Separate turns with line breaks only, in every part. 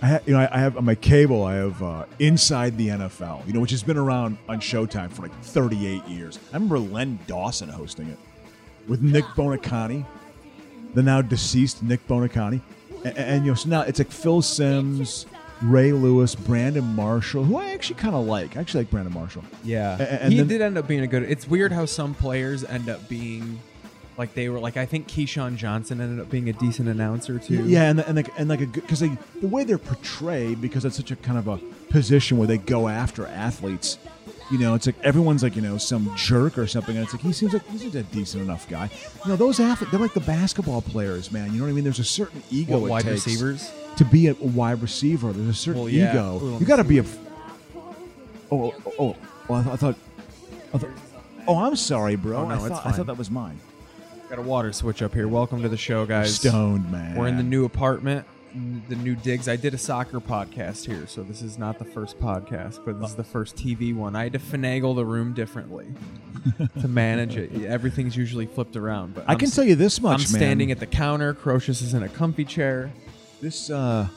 I ha- you know, I, I have on my cable, I have uh, Inside the NFL, you know, which has been around on Showtime for like 38 years. I remember Len Dawson hosting it with Nick Bonacani, the now deceased Nick Bonacani, and, and you know, so now it's like Phil Sims, Ray Lewis, Brandon Marshall, who I actually kind of like. I actually like Brandon Marshall.
Yeah,
A- a- and
he
then-
did end up being a good. It's weird how some players end up being like they were. Like I think Keyshawn Johnson ended up being a decent announcer too.
Yeah, and and like and like a because they the way they're portrayed because it's such a kind of a position where they go after athletes. You know, it's like everyone's like you know some jerk or something, and it's like he seems like he's a decent enough guy. You know, those athletes they're like the basketball players, man. You know what I mean? There's a certain ego.
What,
it
wide
takes
receivers?
to be a wide receiver. There's a certain
Well, yeah. Ooh, let
ego.
me
You got to be a. Oh, oh, oh, well, I, th- I thought. I thought oh, I'm sorry, bro.
Oh,
I,
no, it's
thought, I
fine.
thought that was mine.
Got a water switch up here. Welcome to the show, guys.
Stoned man.
We're in the new apartment, n- the new digs. I did a soccer podcast here, so this is not the first podcast, but this is the first TV one. I had to finagle the room differently to manage it. Everything's usually flipped around, but
I can tell you this much,
I'm
man.
standing at the counter. Crocious is in a comfy chair.
This uh,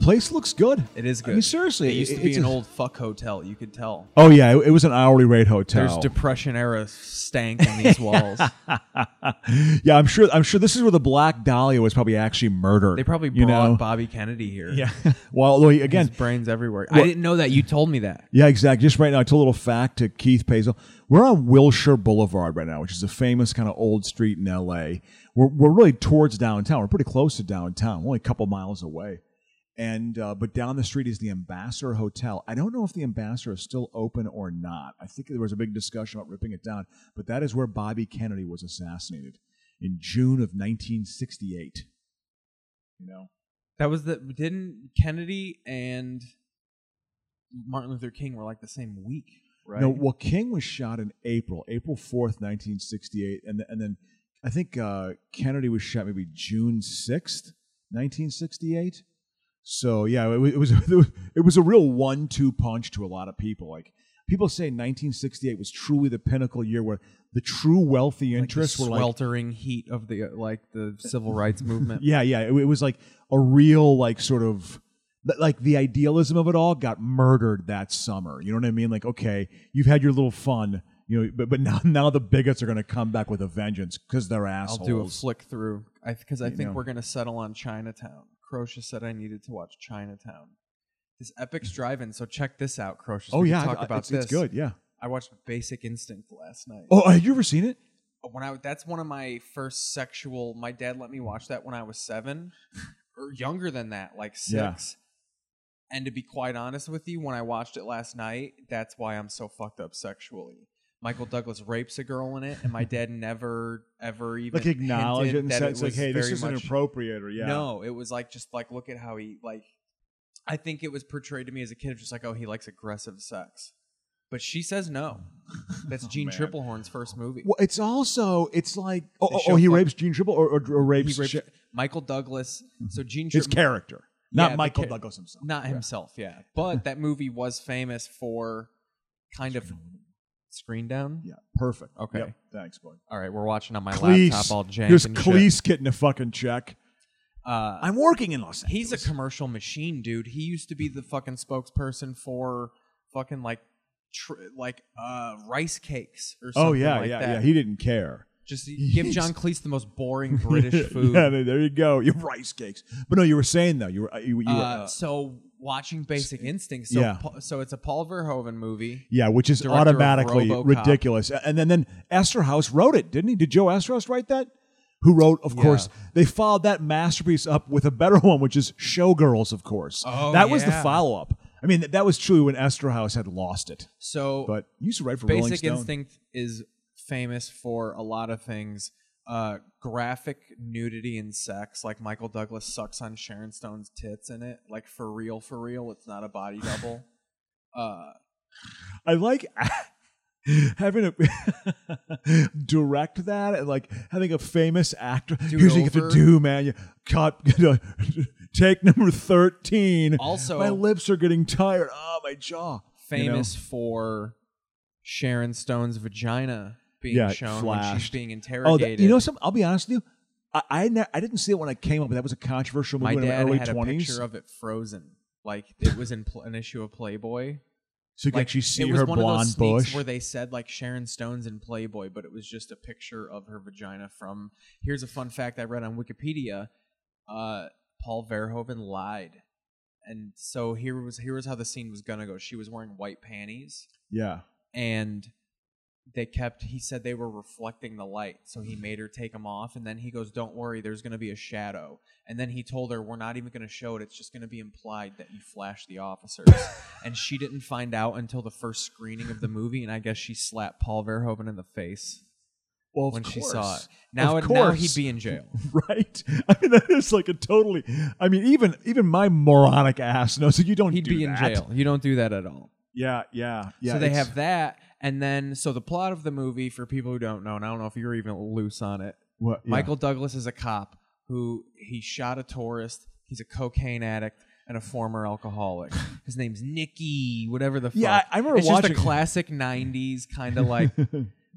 place looks good.
It is good.
I mean, seriously,
it used to
it-
be
it's
an
a-
old fuck hotel. You could tell.
Oh yeah, it, it was an hourly rate hotel.
There's depression era stank in these walls.
yeah, I'm sure. I'm sure this is where the Black Dahlia was probably actually murdered.
They probably brought
you know?
Bobby Kennedy here.
Yeah. well, although he-
his
again,
brains everywhere. I
Well-
didn't know that. You told me that.
yeah, exactly. Just right now, it's a little fact to Keith Pazel. We're on Wilshire Boulevard right now, which is a famous kind of old street in L.A. We're we're really towards downtown. We're pretty close to downtown. We're only a couple miles away. And uh, but down the street is the Ambassador Hotel. I don't know if the Ambassador is still open or not. I think there was a big discussion about ripping it down, but that is where Bobby Kennedy was assassinated in June of 1968. You know,
That was the didn't Kennedy and Martin Luther King were like the same week, right?
No, well, King was shot in April, April fourth, nineteen sixty-eight, and and then I think uh, Kennedy was shot maybe June sixth, nineteen sixty-eight. So yeah, it, wa- it was it was a real one-two punch to a lot of people. Like people say, nineteen sixty-eight was truly the pinnacle year where the true wealthy
Like the
interests were like
sweltering heat of the uh, like the civil rights movement.
yeah, yeah. It, it was like a real, like, sort of like the idealism of it all got murdered that summer. You know what I mean? Like, okay, you've had your little fun, you know, but but now now the bigots are going to come back with a vengeance because they're
I'll
assholes.
do a flick through because I,
You
think
know.
we're gonna settle on Chinatown. Crocia said I needed to watch Chinatown. This Epic's drive-in. So check this out, Crocia.
Mm. oh
we can
yeah,
talk
I- I-
about
it's,
this.
it's good. Yeah.
I watched Basic Instinct last night.
Oh, have you ever seen it?
when I that's one of my first sexual. My dad let me watch that when I was seven, or younger than that, like
Yeah.
six. And to be quite honest with you, when I watched it last night, that's why I'm so fucked up sexually. Michael Douglas rapes a girl in it, and my dad never ever even
Like acknowledge
hinted
it and
that
say it's like,
was
hey, this
very
is
much-
inappropriate, or yeah.
No, it was like just like look at how he like. I think it was portrayed to me as a kid, just like oh, he likes aggressive sex, but she says no. That's Gene
Oh, man.
Triplehorn's first movie.
Well, it's also it's like oh,
They
oh,
show
oh, he
fuck-
rapes Gene Triple or, or, or rapes,
he raped
Sh-
Michael Douglas. So Gene
Mm-hmm. his
Trip-
character,
Yeah,
not
the
Michael
char-
Douglas himself.
not himself, yeah. But that movie was famous for kind of screen down.
Yeah, perfect.
Okay.
Yep. thanks, boy.
All right, we're watching on my
Cleese.
laptop all jank
Here's
and
Cleese getting a fucking check.
shit. Uh,
I'm working in Los Angeles.
he's a commercial machine, dude. He used to be the fucking spokesperson for fucking like tr- like uh, rice cakes or something
oh yeah,
like
yeah,
that.
yeah. He didn't care.
Just give John Cleese the most boring British food.
yeah, there there you go. Your rice cakes. But no, you were saying though. You were. You, you were
Uh, so watching Basic Instinct. So
Yeah.
Pa- so it's a Paul Verhoeven movie.
yeah, which is
director of
automatically
RoboCop.
ridiculous. And then then Astor House wrote it, didn't he? Did Joe Astor House write that? Who wrote? Of course, they followed that masterpiece up with a better one, which is Showgirls. Of course,
Oh,
that was the
yeah.
follow up. I mean, that, that was true when Astor House had lost it.
So
But you used to write for Rolling
Basic
Stone.
Instinct is famous for a lot of things. Uh, graphic nudity and sex, like Michael Douglas sucks on Sharon Stone's tits in it, like for real, for real. It's not a body double. Uh,
I like having a direct that and like having a famous actor.
Do it
Here's what you get
over.
to do, man. You cut, take number thirteen.
also,
my lips are getting tired. Oh, my jaw. You know?
famous for Sharon Stone's vagina being
Yeah,
shown when she's
flashed.
being
Oh,
interrogated.
that, you know something? I'll be honest with you. I I, ne- I didn't see it when I came up, but that was a controversial movie in
My
the
dad
early
had a
twenties.
picture of it frozen. Like it was in pl- an issue of Playboy.
So you can
Like
actually see
it was
her
one of
blonde
those sneaks
bush.
where they said like Sharon Stone's in Playboy, but it was just a picture of her vagina. From here's a fun fact I read on Wikipedia: uh, Paul Verhoeven lied, and so here was here was how the scene was gonna go. She was wearing white panties,
yeah,
and they kept. He said they were reflecting the light, so
Mm-hmm.
he made her take them off, and then he goes, "Don't worry, there's gonna be a shadow." And then he told her, "We're not even gonna show it. It's just gonna be implied that you flashed the officers." and she didn't find out until the first screening of the movie, and I guess she slapped Paul Verhoeven in the face
well, of
when she saw
course.
it. Now,
Of
now
course.
he'd be in jail.
right? I mean, that is like a totally. I mean, even even my moronic ass knows that you don't.
He'd
do
be in
that.
jail. You don't do that at all.
Yeah, yeah, yeah.
so they
it's-
have that, and then so the plot of the movie for people who don't know, and I don't know if you're even loose on it.
what, yeah.
Michael Douglas is a cop who he shot a tourist. He's a cocaine addict and a former alcoholic. His name's Nicky, whatever the fuck.
Yeah, I- I remember
it's
watching-
just a classic '90s kind of like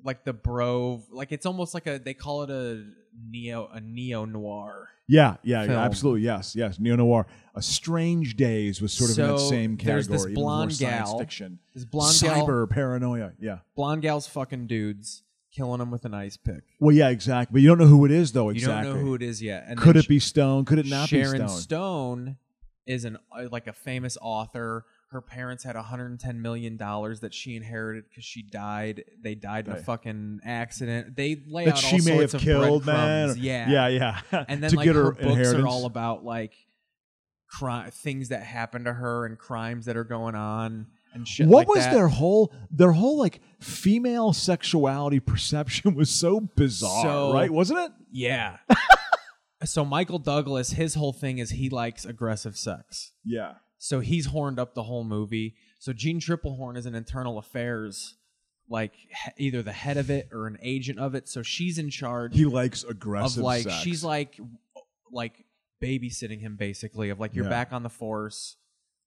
like the bro, like it's almost like a they call it a neo a neo noir.
Yeah, yeah, yeah,
film.
absolutely. Yes, yes. Neo noir. A Strange Days was sort of in that
So
same category.
there's this
even more
blonde
science
gal,
fiction,
This blonde
cyber
gal,
paranoia. Yeah.
blonde gal's fucking dudes, killing them with an ice pick.
Well, yeah, exactly. But you don't know who it is, though. Exactly.
You don't know who it is yet. And
Could
then
it be Stone? Could it not
Sharon
be Stone?
Stone is an uh, like a famous author. Her parents had 110 million dollars that she inherited because she died. They died in
Right.
a fucking accident. They lay
that
out
she
all
may
sorts
have
of
killed, man.
breadcrumbs.
or-
Yeah,
yeah, yeah.
And then
to
like
get her,
her, books
inheritance.
are all about like crime, things that happened to her and crimes that are going on and shit.
what
like
was
that.
their whole their whole like female sexuality perception was so bizarre,
So-
right? Wasn't it?
Yeah. so Michael Douglas, his whole thing is he likes aggressive sex.
Yeah.
So he's horned up the whole movie. So Gene Triplehorn is an internal affairs, like he- either the head of it or an agent of it. So she's in charge
He likes
of
aggressive
like
sex.
she's like like babysitting him basically of like you're
Yeah.
back on the force.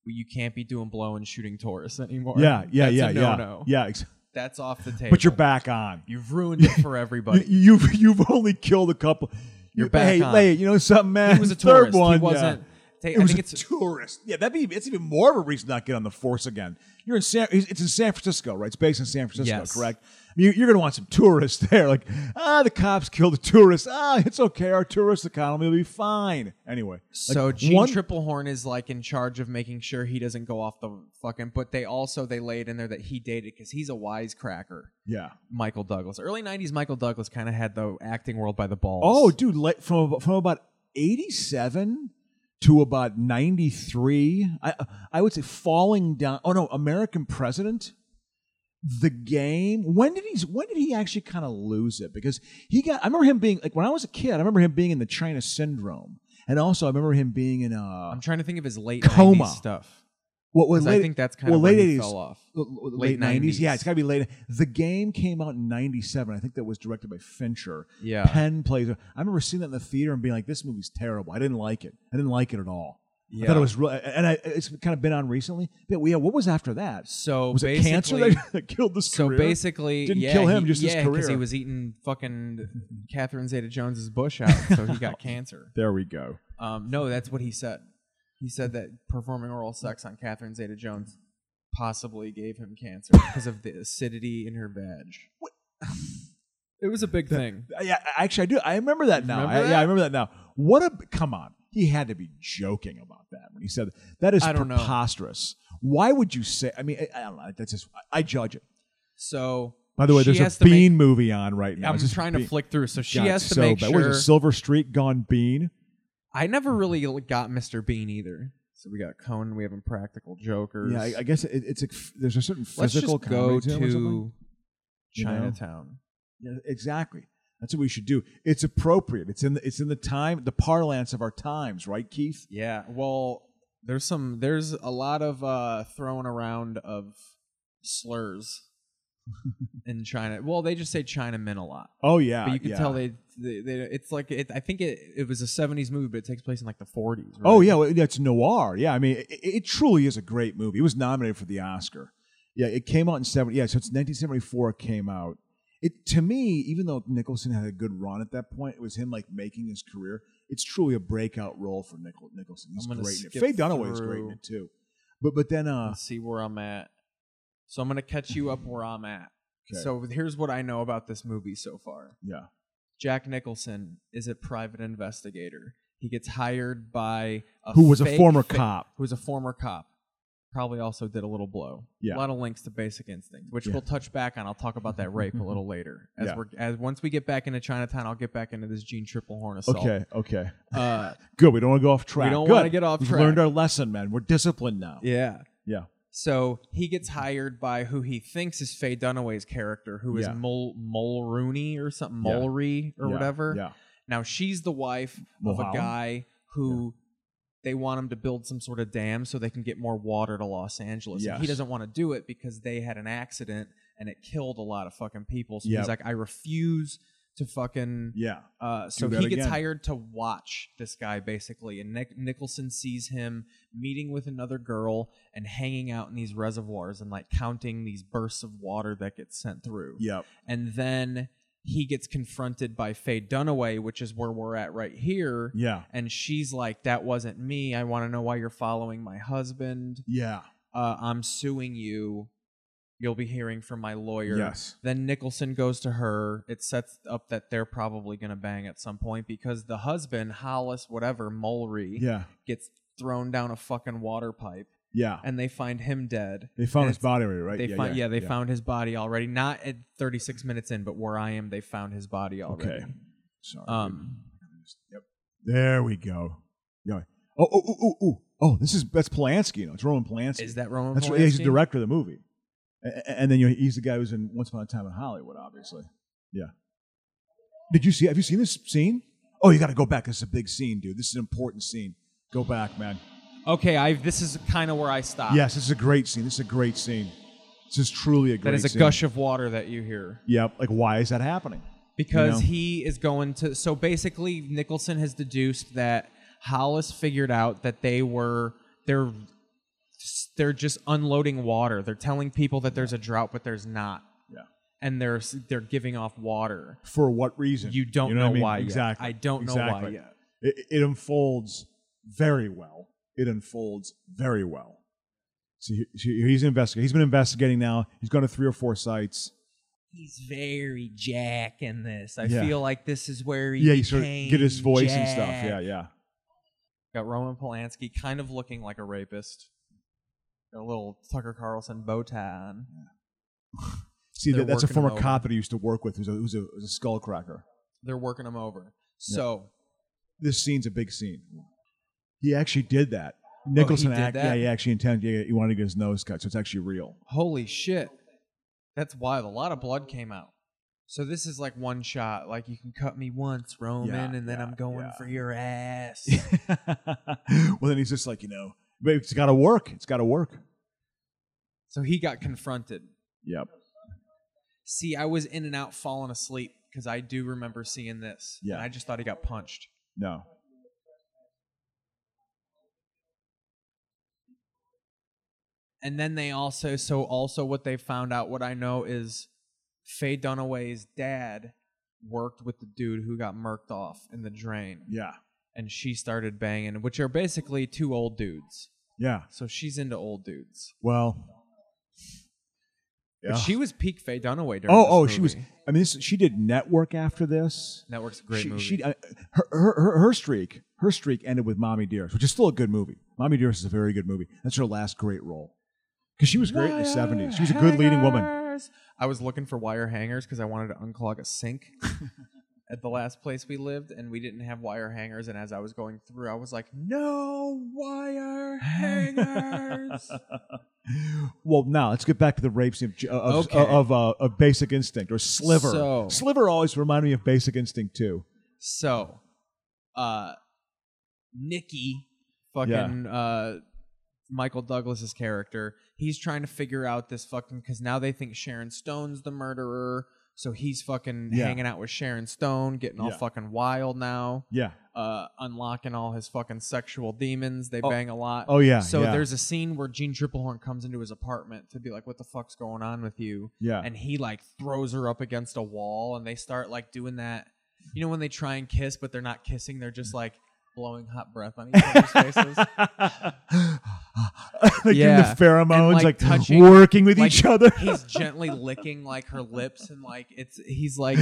You can't be doing blow and shooting tourists anymore.
yeah, yeah,
That's
yeah, yeah,
a no-no.
yeah. Ex-
That's off the table.
but you're back on.
You've ruined it for
You,
everybody.
you've you've only killed a couple.
You're
you,
back
hey,
on.
Hey, you know something, man?
he was a
Third
tourist.
one,
he
yeah.
wasn't. ta-
It
I
was
think
a
it's
tourist. Yeah, that'd be. It's even more of a reason not to get on the force again. You're in San. It's in San Francisco, right? It's based in San Francisco,
Yes.
correct? I mean, you're going to want some tourists there. Like, ah, the cops killed a tourist. Ah, it's okay. Our tourist economy will be fine. Anyway,
So
like,
Gene
one-
Triplehorn is like in charge of making sure he doesn't go off the fucking. But they also they lay it in there that he dated because he's a wisecracker.
Yeah.
Michael Douglas, early '90s Michael Douglas kind of had the acting world by the balls.
Oh, dude, like from ab- from about eighty seven to about ninety three, I I would say falling down. Oh no, American President, The Game. When did he When did he actually kind of lose it? Because he got. I remember him being like when I was a kid. I remember him being in the China Syndrome, and also I remember him being in uh
I'm trying to think of his late
Coma.
90s stuff.
what was
'Cause I
late-
think that's kind
well,
of when
late
he
80s.
fell off.
l- l-
Late
late nineties. Yeah,
90s.
it's got to be late. The Game came out in ninety seven. I think that was directed by Fincher.
Yeah.
Penn plays. I remember seeing that in the theater and being like, "This movie's terrible. I didn't like it. I didn't like it at all. I thought
Yeah.
it was real." And I, it's kind of been on recently. But yeah, what was after that?
So
Was it
basically,
cancer that, that killed this
so
career?
basically,
Didn't
yeah,
kill him,
he-
just his
yeah, 'cause he
career.
was eating fucking Catherine Zeta-Jones's bush out, so he got cancer.
there we go.
Um, no, that's what he said. He said that performing oral sex on Catherine Zeta-Jones possibly gave him cancer because of the acidity in her vag. It was a big thing.
Uh, Yeah, I- actually, I do. I remember that now.
remember
I,
that?
yeah, I remember that now. What a come on! He had to be joking about that when he said that is
I don't know.
preposterous. Why would you say? I mean, I, I don't know. That's just I, I judge it.
So,
By the way,
she
there's
has
a
to make-
Bean movie on right now.
I'm
It's just
trying to
Bean-
flick through. So she
God,
has to
so
make
bad. What
sure.
is it, Silver Streak Gone Bean?
I never really got Mr. Bean either. So we got Conan. We have Impractical Jokers.
Yeah, I, I guess it, it's a, f- there's a certain
Let's just
physical
go
comedy it or something.
to
you know?
Chinatown.
Yeah, exactly. That's what we should do. It's appropriate. It's in the, it's in the time the parlance of our times, right, Keith?
Yeah. Well, there's some. There's a lot of uh, throwing around of slurs in China. Well, they just say Chinamen a lot,
Oh yeah,
but you can
yeah.
tell they, they, they. It's like it, I think it, it was a '70s movie, but it takes place in like the '40s. Right?
Oh yeah, well, that's noir. Yeah, I mean, it, it truly is a great movie. It was nominated for the Oscar. Yeah, it came out in seventy. Yeah, so it's nineteen seventy four. It came out. it to me, even though Nicholson had a good run at that point, it was him like making his career. It's truly a breakout role for Nichol- Nicholson. He's
I'm gonna
great in it.
skip
Faye Dunaway is great in
through.
it too. But but then uh
Let's see where I'm at. So I'm gonna catch you up where I'm at.
okay.
So here's what I know about this movie so far.
yeah
Jack Nicholson is a private investigator. He gets hired by a
who was a
fake
former
fa-
cop
Who was a former cop. Probably also did a little blow.
Yeah.
A lot of links to Basic Instinct, which
Yeah.
we'll touch back on. I'll talk about that rape a little later. As
Yeah.
we're as once we get back into Chinatown, I'll get back into this Gene Triple Horn assault.
okay okay
Uh,
good we don't want to go off track
we don't
Good.
want to get off
we've
track.
learned our lesson man we're disciplined now
yeah.
Yeah.
So he gets hired by who he thinks is Faye Dunaway's character, who is
Yeah.
Mul Mulrooney or something,
Yeah.
Mulry or
Yeah,
whatever.
yeah
Now she's the wife of
Mulholland?
a guy who they want him to build some sort of dam so they can get more water to Los Angeles. And he
Yes.
doesn't want to do it because they had an accident and it killed a lot of fucking people. So
Yep.
he's like, I refuse to fucking.
yeah
Uh, so
that
he gets
again.
hired to watch this guy basically, and Nick- Nicholson sees him meeting with another girl and hanging out in these reservoirs and like counting these bursts of water that get sent through
yeah
and then he gets confronted by Faye Dunaway, which is where we're at right here.
yeah
And she's like, "That wasn't me. I want to know why you're following my husband.
yeah
Uh, I'm suing you. You'll be hearing from my lawyer."
yes
Then Nicholson goes to her. It sets up that they're probably going to bang at some point because the husband, Hollis, whatever, Mulry,
yeah
gets thrown down a fucking water pipe,
yeah
and they find him dead.
they found
and
his
it's-
body already right
They
yeah,
found yeah,
yeah
they found his body already. Not at 36 minutes in, but where I am, they found his body already.
okay sorry
Um,
Yep. There we go. Yeah. Oh, oh, oh, oh, oh, oh. This is that's Polanski. You know, it's Roman Polanski.
is that Roman?
that's
Polanski?
right. He's the director of the movie. A- a- And, then you know, he's the guy who's in Once Upon a Time in Hollywood, obviously. Yeah. Did you see? Have you seen this scene? Oh, you got to go back. This is a big scene, dude. This is an important scene. Go back, man.
Okay, I this is kind of where I stopped.
Yes, this is a great scene. This is a great scene. This is truly a great.
that is a
scene.
gush of water that you hear
Yep. Like, why is that happening?
because
know?
he is going to. So basically, Nicholson has deduced that Hollis figured out that they were they're they're just unloading water. They're telling people that there's a drought, but there's not,
Yeah.
and they're they're giving off water.
For what reason?
You don't
what
know
I mean?
why yet.
Exactly.
I don't know why
Exactly.
yet.
It, it unfolds very well. It unfolds very well. So he, he- he's investigating. He's been investigating now. He's gone to three or four sites.
he's very Jack in this. I
Yeah.
feel like this is where he
yeah, you
became
sort of get his voice and stuff.
Jack.
Yeah, yeah,
Got Roman Polanski kind of looking like a rapist. Got a little Tucker Carlson bow tie on.
See,
They're
that, that's a
working
former
him over.
cop that he used to work with, who's a, who's a, who's a skullcracker.
They're working him over. So
This scene's a big scene. He actually did that. Nicholson,
Oh, did
act,
that?
yeah, he actually intended. Yeah, he wanted to get his nose cut, so it's actually real.
holy shit, that's wild. A lot of blood came out. So this is like one shot. Like you can cut me once, Roman,
Yeah,
and then
yeah,
I'm going
yeah.
for your ass.
well, then he's just like, you know, but it's got to work. It's got to work.
so he got confronted.
Yep.
See, I was in and out, falling asleep because I do remember seeing this.
Yeah.
And I just thought he got punched.
No.
and then they also so also what they found out what i know is faye dunaway's dad worked with the dude who got murked off in the drain
Yeah.
and she started banging which are basically two old dudes
Yeah.
so she's into old dudes
Well, yeah.
but she was peak faye dunaway during
oh,
this
oh, she was.
movie.
I mean, this, she did Network after this.
network's a great
she,
movie
She, uh, her, her, her, her streak, her streak ended with Mommy Dearest, which is still a good movie. Mommy Dearest is a very good movie. That's her last great role because she was great in the seventies. She was a good leading woman.
Hangers. I was looking for wire hangers because I wanted to unclog a sink at the last place we lived, and we didn't have wire hangers. And as I was going through, I was like, "No wire hangers!"
well, now let's get back to the rape scene of J- of
Okay.
of, uh, of Basic Instinct or Sliver.
So-
Sliver always reminded me of Basic Instinct too.
so, uh, Nikki, fucking uh, Michael Douglas's character, he's trying to figure out this fucking because now they think Sharon Stone's the murderer. So he's fucking
Yeah.
hanging out with Sharon Stone, getting all
Yeah.
fucking wild now,
Yeah.
uh, unlocking all his fucking sexual demons. They bang a lot.
Oh yeah.
so
yeah,
there's a scene where Gene Triplehorn comes into his apartment to be like, "What the fuck's going on with you?"
yeah.
and he like throws her up against a wall and they start like doing that you know when they try and kiss but they're not kissing they're
Mm.
just like blowing hot breath on each other's faces
like yeah.
Yeah.
the pheromones,
And, like,
like,
touching-
working with
like,
each other.
he's gently licking like her lips and like it's he's like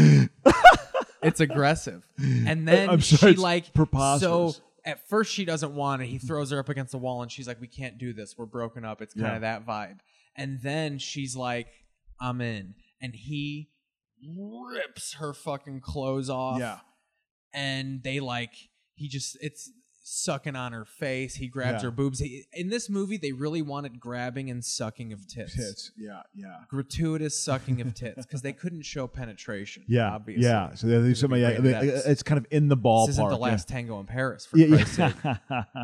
it's aggressive and then
I'm sorry,
she
it's
like
preposterous.
so at first she doesn't want it he throws her up against the wall and she's like we can't do this we're broken up it's kind
Yeah.
of that vibe and then she's like i'm in and he rips her fucking clothes off
yeah.
and they like he just it's sucking on her face he grabs
Yeah.
her boobs he, in this movie they really wanted grabbing and sucking of
Tits. Yeah. Yeah.
gratuitous sucking of tits because they couldn't show penetration.
Yeah.
obviously.
Yeah. So they do something.
great
I mean,
events.
it's kind of in the ballpark.
This isn't the
yeah.
last tango in Paris. For
Yeah, yeah.
Christ's sake.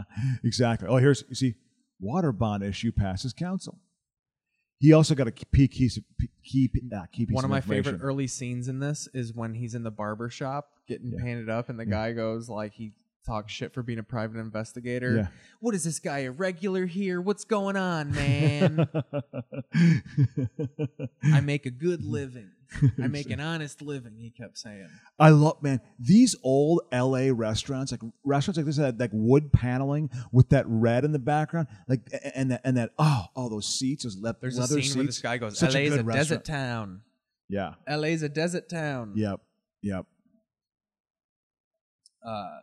exactly. Oh, here's you see, water bond issue passes council. He also got a key piece of key, uh, key piece
One of my
information.
favorite early scenes in this is when he's in the barber shop getting
Yeah.
painted up, and the
Yeah.
guy goes like he talks shit for being a private investigator. What is this guy a regular here? What's going on, man?
Yeah.
I make a good living. I make an honest living. He kept saying.
I love man these old L.A. restaurants like restaurants like this that like wood paneling with that red in the background like a- a- and that and that oh all those seats those le-
There's a
leather
scene
seats
where this guy goes,
Such a
"LA's a,
good
desert town.
yeah
LA's a desert town."
yep yep
Uh,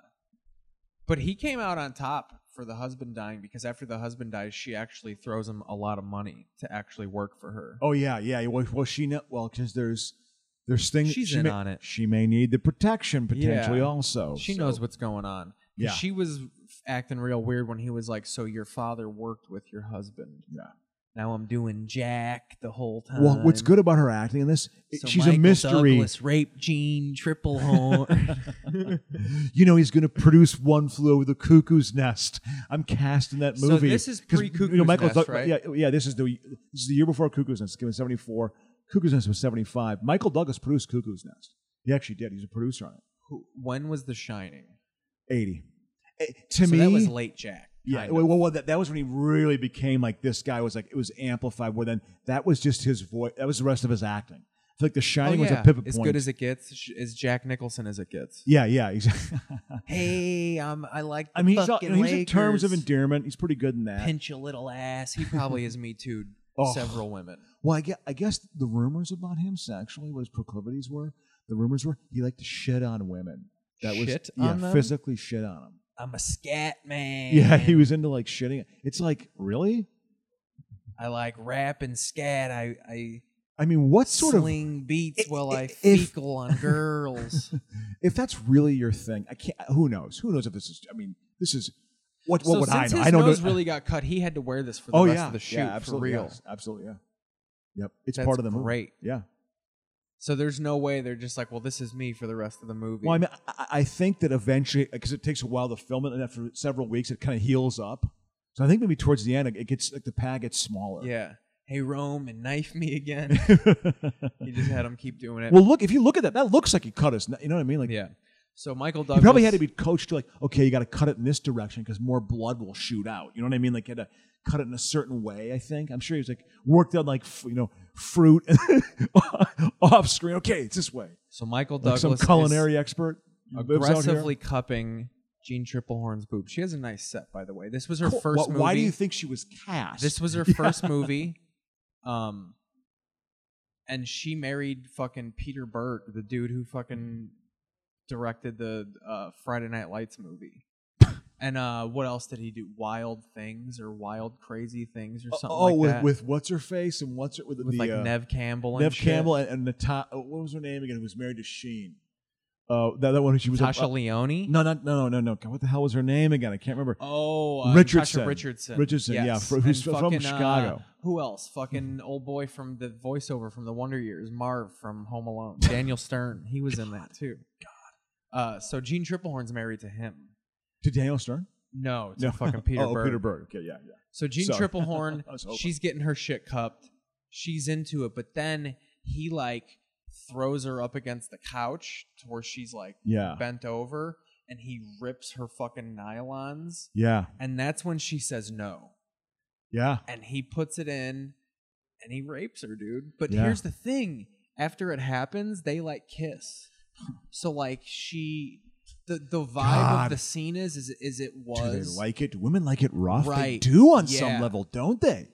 but he came out on top for the husband dying because after the husband dies, she actually throws him a lot of money to actually work for her.
Oh yeah, yeah. Well, well she know well because there's there's things
She's
she
in
may,
on it.
She may need the protection potentially
Yeah.
also.
she
Oh, so-
knows what's going on. 'Cause
Yeah.
She was acting real weird when he was like, "So your father worked with your husband?
Yeah.
Now I'm doing Jack the whole time."
Well, what's good about her acting in this? it-
So
she's a
Michael
mystery.
Douglas raped Gene Triplehorn.
you know, he's going to produce one flew over the cuckoo's nest. I'm cast in that
So
movie.
this is
'Cause,
pre-Cuckoo's
you know, Michael
Nest,
Doug-
right?
Yeah, oh, yeah. This is the this is the year before Cuckoo's Nest. It's given seventy four. Cuckoo's Nest was seventy five. Michael Douglas produced Cuckoo's Nest. He actually did. He's a producer on it.
Who- when was The Shining?
Eighty. Eh, To
so
me,
that was late Jack.
Yeah,
kind
well,
of.
well, well, that, that was when he really became like this guy was like it was amplified. Where then that was just his voice. That was the rest of his acting. I feel like The Shining was a pivot
Oh, as
point.
good as it gets, sh- as Jack Nicholson as it gets.
yeah, yeah, exactly.
Hey, um, I like. The
I mean, he's, all-
fucking
you know, he's in terms of
Lakers.
endearment. He's pretty good in that.
pinch a little ass. He probably is me too.
Oh.
Several women.
well, I guess, I guess the rumors about him sexually, what his proclivities were, the rumors were he liked to shit on women. That was
Shit
yeah,
on them?
physically shit on them.
I'm a scat man.
Yeah, he was into like shitting. It's like really.
I like rap and scat. I I
I mean, what sort of
sling beats
I-
while
I-
I
if-
fecal on girls.
if that's really your thing, I can't. Who knows? Who knows if this is? I mean, this is what. What
so
would
since
I know?
his
I don't
nose
know.
really got cut, he had to wear this for the
oh
rest
yeah,
of the shoot
yeah, absolutely,
for real.
yes, absolutely, yeah, yep. It's
That's
part of the movie.
great.
Yeah.
So there's no way they're just like, well, this is me for the rest of the movie.
Well, I mean, I, I think that eventually, because it takes a while to film it, and after several weeks, it kind of heals up. So I think maybe towards the end, it gets like the pad gets smaller.
yeah. Hey, Rome, and knife me again. he
well,
just had him keep doing it.
look if you look at that, that looks like he cut us. You know what I mean? Like.
yeah. So Michael
He
Douglas
probably had to be coached to like, okay, you got to cut it in this direction because more blood will shoot out. You know what I mean? Like, he had to cut it in a certain way. I think I'm sure he was like worked on like f- you know fruit off screen. Okay, it's this way.
So Michael
Like
Douglas
some
is-
culinary expert lives out here.
aggressively cupping Jean Triplehorn's boob. She has a nice set, by the way. This was her
Cool.
first
Why-
movie.
Why do you think she was cast?
this was her first movie? Um, and she married fucking Peter Berg, the dude who fucking directed the uh, Friday Night Lights movie. and uh, what else did he do? Wild Things or Wild Crazy Things or something
oh,
like
with,
that.
with what's her face and what's her, with,
With,
the
like
uh,
Nev Campbell and
Nev
shit.
Campbell and, and Nata- oh, what was her name again? Who was married to Sheen? Uh, that, that one who she was a-
Tasha Leone.
no, not, no, no, no, God, What the hell was her name again? I can't remember.
Oh, uh,
Richardson.
Natasha Richardson.
Richardson, yeah,
Yes.
fr- who's
And
fr- from
fucking,
Chicago.
Uh, who else? Fucking old boy from the voiceover from The Wonder Years, Marv from Home Alone. Daniel Stern, he was in that too. God. Uh, so Gene Triplehorn's married to him.
To Daniel Stern?
No, to
No,
fucking Peter
oh,
Berg.
Peter Berg. Okay, yeah, yeah.
So Gene
Sorry.
Triplehorn,
I was hoping.
she's getting her shit cupped. She's into it, but then he like throws her up against the couch to where she's like
Yeah.
bent over, and he rips her fucking nylons,
Yeah.
and that's when she says no,
Yeah.
and he puts it in, and he rapes her, dude. But
Yeah.
here's the thing: after it happens, they like kiss, so like she. The, the vibe of
God.
the scene is is, is it
Do they
was
like it? Do women like it rough? They
Right.
do on
Yeah.
some level, don't they?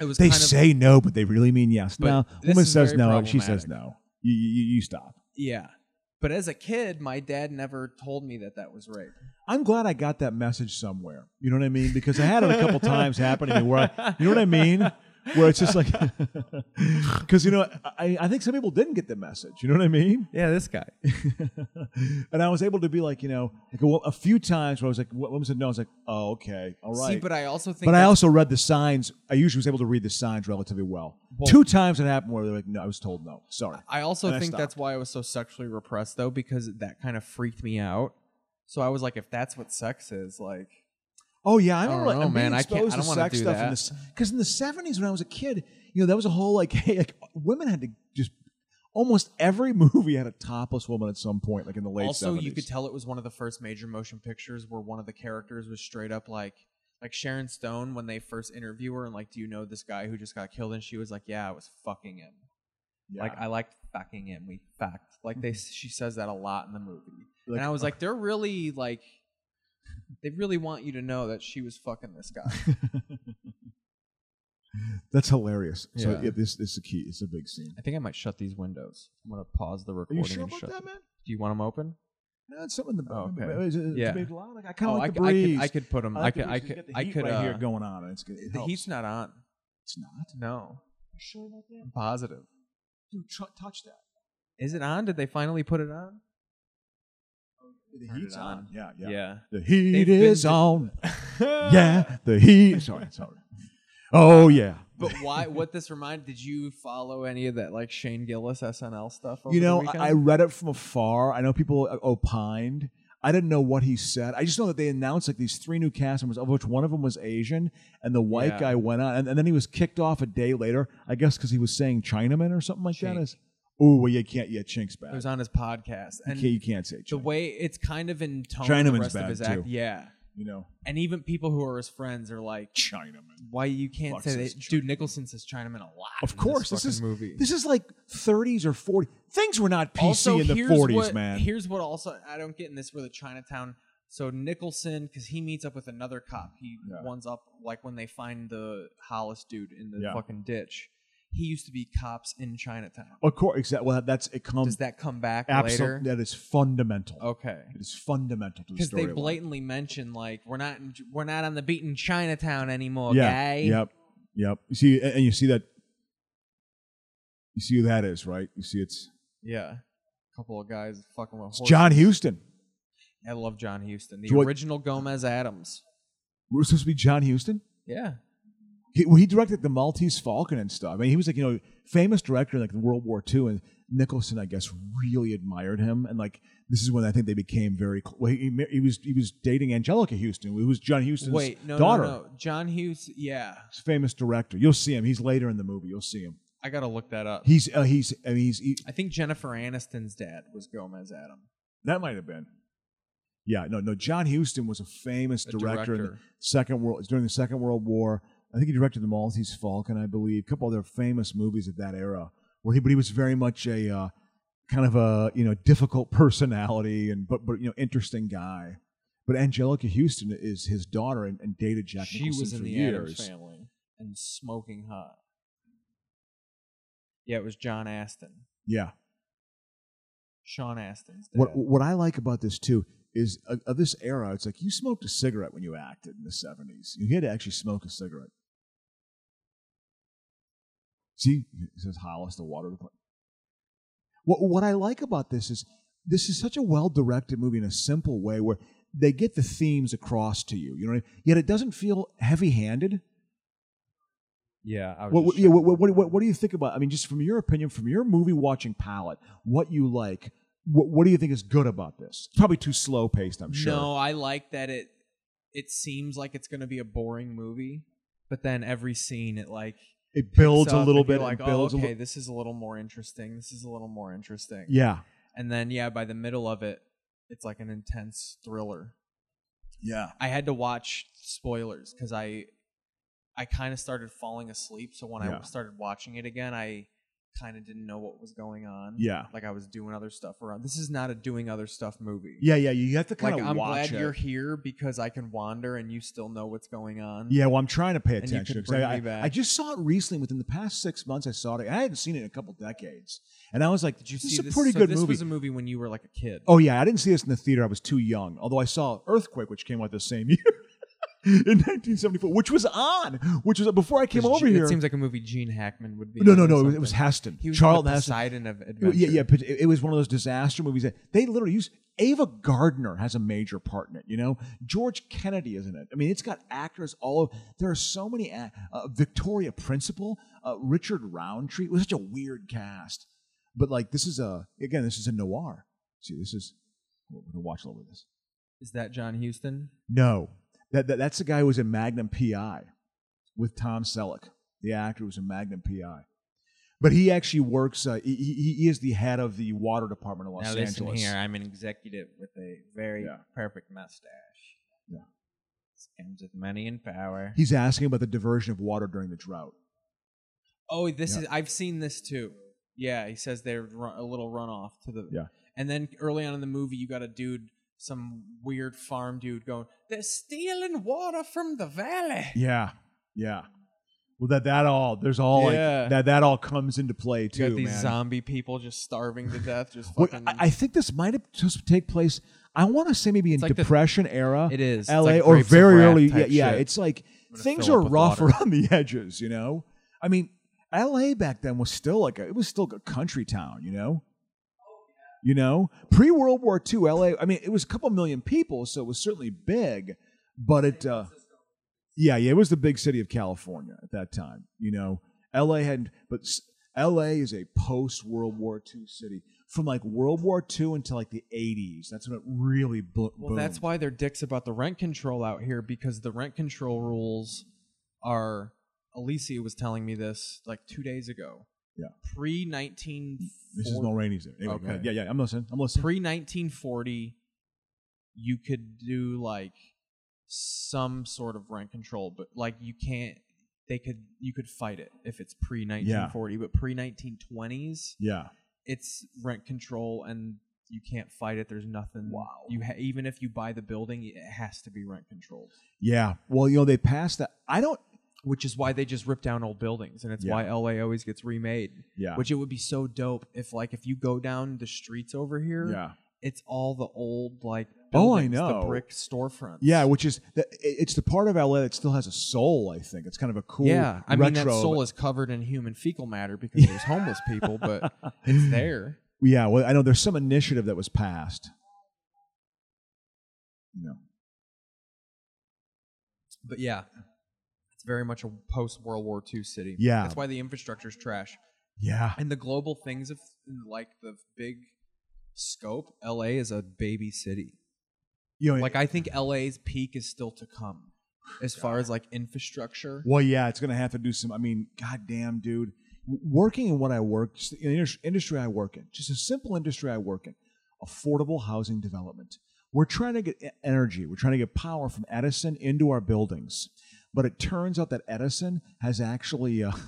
it was
They
kind of
say no, but they really mean yes.
But
No,
this
woman
is
says
very
no, she says
problematic.
no. You, you, you stop.
Yeah. But as a kid, my dad never told me that that was rape.
I'm glad I got that message somewhere. You know what I mean? Because I had it a couple times happen to me where I, you know what I mean? Where it's just like, because you know, I, I think some people didn't get the message. You know what I mean?
Yeah, this guy.
and I was able to be like, you know, like a, a few times where I was like, what woman said no? I was like, oh, okay, all right.
See, but I also think
But I
that's-
also read the signs. I usually was able to read the signs relatively well.
Well-
Two times it happened where they're like, no, I was told no. Sorry.
I also
and I
think
stopped.
that's why I was so sexually repressed though, because that kind of freaked me out. So I was like, if that's what sex is, like
Oh yeah, I
don't
remember. like,
know,
I'm being
man. I can't-
exposed
I don't
to
wanna
sex
do
stuff
that.
Because in the '70s, when I was a kid, you know, that was a whole like, hey, like women had to just almost every movie had a topless woman at some point, like in the late.
also
70s.
you could tell it was one of the first major motion pictures where one of the characters was straight up like like Sharon Stone when they first interview her and like, do you know this guy who just got killed? And she was like, Yeah, I was fucking him.
Yeah.
Like I liked fucking him. We fucked. Like they, she says that a lot in the movie.
Like,
and I was like, uh they're really like, they really want you to know that she was fucking this guy.
that's hilarious. So
Yeah.
yeah, this, this is a key. It's a big scene.
I think I might shut these windows. I'm gonna pause the
Are
recording
you sure
and
about
shut.
that, man?
Do you want them open?
No, it's something. The,
Oh, okay.
Is it- is it
Yeah.
made loud? Like, I kind
oh,
of
I,
like
c-
the breeze.
I could, I could put them. I
like
could,
the
I
breeze. It's
could,
got the
I
heat
could.
right here
uh,
going on. and It's good. It
the
helps.
heat's not on.
It's not.
No,
You sure about that?
I'm positive.
Dude, tr- touch that.
Is it on? Did they finally put it on?
The
Turn it
heat's on.
on.
Yeah, yeah.
Yeah.
The heat
They've been
is
di-
on. yeah, the heat. Sorry, sorry. Oh yeah.
But why? What this reminded? Did you follow any of that like Shane Gillis SNL stuff? Over
You
the
know,
weekend?
I I read it from afar. I know people uh, opined. I didn't know what he said. I just know that they announced like these three new cast members, of which one of them was Asian, and the white
Yeah.
guy went on, and, and then he was kicked off a day later. I guess because he was saying Chinaman or something like that.
Chink.
Is oh well, you can't. Yeah, Chink's
it
back.
was on his podcast,
You
and
can't, you can't say
the
Chink.
way it's kind of in tone with the
Chinaman's
rest of
bad,
his act.
too.
Yeah.
you know,
And even people who are his friends are like,
Chinaman.
why you can't
Fuck
say
says
that? Dude, Nicholson says Chinaman a lot.
Of
in
course,
this,
this, is
fucking movie.
This is like 30s or 40s. Things were not PC
also,
in the
here's
40s,
what,
man.
Here's what also I don't get in this where the Chinatown. So Nicholson, because he meets up with another cop, he
Yeah.
one's up like when they find the Hollis dude in the
Yeah.
fucking ditch. He used to be cops in Chinatown.
Of course, exactly. Well, that's it comes
Does that come back
absolutely.
later?
That is fundamental.
Okay,
It is fundamental to the
because
story.
they blatantly mention like we're not in, we're not on the beaten Chinatown anymore,
yeah.
guy.
Yep. Yep. You see, and and you see that. You see who that is, right? You see, it's,
Yeah. Couple of guys fucking with
it's
horses.
John Houston.
I love John Houston. The
So what-
original Gomez Adams.
We're supposed to be John Houston.
Yeah.
He, well, he directed the Maltese Falcon and stuff. I mean, he was like you know famous director in like World War II, and Nicholson, I guess, really admired him. And like this is when I think they became very. Cl- well, he, he was he was dating Angelica Houston, who was John Houston's
Wait, no,
daughter.
no, no. John Hughes, yeah.
He's a famous director. You'll see him. He's later in the movie. You'll see him.
I gotta look that up.
He's uh, he's I mean he's he,
I think Jennifer Aniston's dad was Gomez Adam.
that might have been. Yeah, no, no. John Houston was a famous
A
director, in the Second World during the Second World War. I think he directed the Maltese Falcon, I believe, a couple other famous movies of that era. Where he, but he was very much a uh, kind of a you know difficult personality and but but you know interesting guy. But Angelica Houston is his daughter and, and dated Jack
she
Nicholson
was in
for
the
years.
Addams family and smoking hot. Yeah, it was John Aston.
Yeah,
Sean Aston's dad.
What what I like about this too is uh, of this era, it's like you smoked a cigarette when you acted in the seventies. You had to actually smoke a cigarette. See, it says Hollis, the water department. What what I like about this is this is such a well directed movie in a simple way where they get the themes across to you. You know, what I mean? yet it doesn't feel heavy handed.
yeah, I was
What, what,
just
yeah, what, what,
shocked.
what, what, what do you think about? I mean, just from your opinion, from your movie watching palette, what you like, what, what do you think is good about this? It's probably too slow paced, I'm sure.
No, I like that it it seems like it's gonna be a boring movie, but then every scene it like
it builds a
up
little
and you're
bit.
Like,
it builds
oh,
a
okay,
little,
this is a little more interesting. This is a little more interesting.
yeah,
And then yeah, by the middle of it, it's like an intense thriller.
yeah.
I had to watch spoilers because I, I kind of started falling asleep. So when
Yeah.
I started watching it again, I kind of didn't know what was going on.
Yeah.
like I was doing other stuff around. This is not a doing other stuff movie.
Yeah, yeah. You have to kind
like
of
I'm
watch
glad
it.
you're here because I can wander and you still know what's going on.
yeah, well, I'm trying to pay
And you
attention.
could
'cause I,
bring me
I-
back.
I just saw it recently. Within the past six months, I saw it. I hadn't seen it in a couple decades, and I was like,
Did you
"This
see
is a
this?
pretty
so
good
this
movie."
was a movie when you were like a kid.
oh yeah, I didn't see this in the theater. I was too young. Although I saw Earthquake, which came out the same year in 1974, which was on, which was before I came
Because
over
Gene-
here.
It seems like a movie Gene Hackman would be.
no,
in
no,
or
no. It was, it
something.
was Heston.
He was
Charlton
the
Heston.
Poseidon of
Well,
Adventure.
Yeah, yeah, but it, it was one of those disaster movies that they literally use. Ava Gardner has a major part in it. You know, George Kennedy is in it. I mean, it's got actors all over. There are so many. ac- Uh, Victoria Principal, uh, Richard Roundtree. It was such a weird cast. But like, this is a again, this is a noir. See, this is we're gonna watch a little bit of this.
Is that John Huston?
No, that, that that's the guy who was in Magnum PI with Tom Selleck, the actor who was in Magnum PI. But he actually works. Uh, he, he he is the head of the water department of Los
now
Angeles.
listen here. I'm an executive with a very
Yeah.
perfect mustache.
Yeah.
Comes with money and power.
He's asking about the diversion of water during the drought.
oh, this
Yeah.
is. I've seen this too. Yeah, he says they're run, a little runoff to the.
Yeah.
And then early on in the movie, you got a dude, some weird farm dude, going, "They're stealing water from the valley."
Yeah, yeah. Well, that that all there's all
Yeah.
like, that that all comes into play too.
You got these
man.
zombie people just starving to death, just
Wait,
fucking.
I, I think this might have just take place. I want to say maybe in
It's like the-
Depression era.
It is. It's
LA
like
or
Grapes of
very
Wrath
early. Yeah,
type
yeah,
shit.
it's like
gonna
things
fill
are
up with
rough
water.
around the edges. You know, I mean, LA back then was still like a, it was still a country town. You know, you know, pre World War II, LA. I mean, it was a couple million people, so it was certainly big, but it. Uh, yeah, yeah, it was the big city of California at that time. You know, L.A. had, but s- L.A. is a post World War II city. From like World War II until like the '80s, that's when it really bo-
Well, that's why they're dicks about the rent control out here because the rent control rules are. Alicia was telling me this like two days ago.
Yeah.
Pre nineteen.
Mrs. Mulroney's there. Anyway,
Okay.
okay. Yeah, yeah, I'm listening. I'm listening.
Pre nineteen forty, you could do like some sort of rent control, but like you can't. They could you could fight it if it's pre nineteen forty, but pre nineteen twenties.
Yeah,
it's rent control and you can't fight it. There's nothing.
Wow.
You ha- even if you buy the building, it has to be rent controlled,
yeah. Well, you know, they passed that. I don't.
which is why they just rip down old buildings, and it's
Yeah.
why LA always gets remade.
Yeah,
Which it would be so dope if, like, if you go down the streets over here,
yeah,
it's all the old like.
Oh, I
buildings,
know.
the brick storefronts.
yeah. Which is the, it- it's the part of LA that still has a soul. I think it's kind of a cool.
yeah. I mean, that
retro-
soul is covered in human fecal matter because there's homeless people, but it's there.
Yeah, well, I know there's some initiative that was passed. You know,
But yeah, it's very much a post World War II city.
Yeah.
that's why the infrastructure's trash.
yeah,
and the global things of like the big scope la is a baby city
you know,
like i think la's peak is still to come as far as like infrastructure
Well, yeah, it's going to have to do some. I mean, goddamn, dude, W- working in what I work, just the indus- industry I work in, just a simple industry I work in, affordable housing development. We're trying to get e- energy, we're trying to get power from Edison into our buildings, but it turns out that Edison has actually. Uh,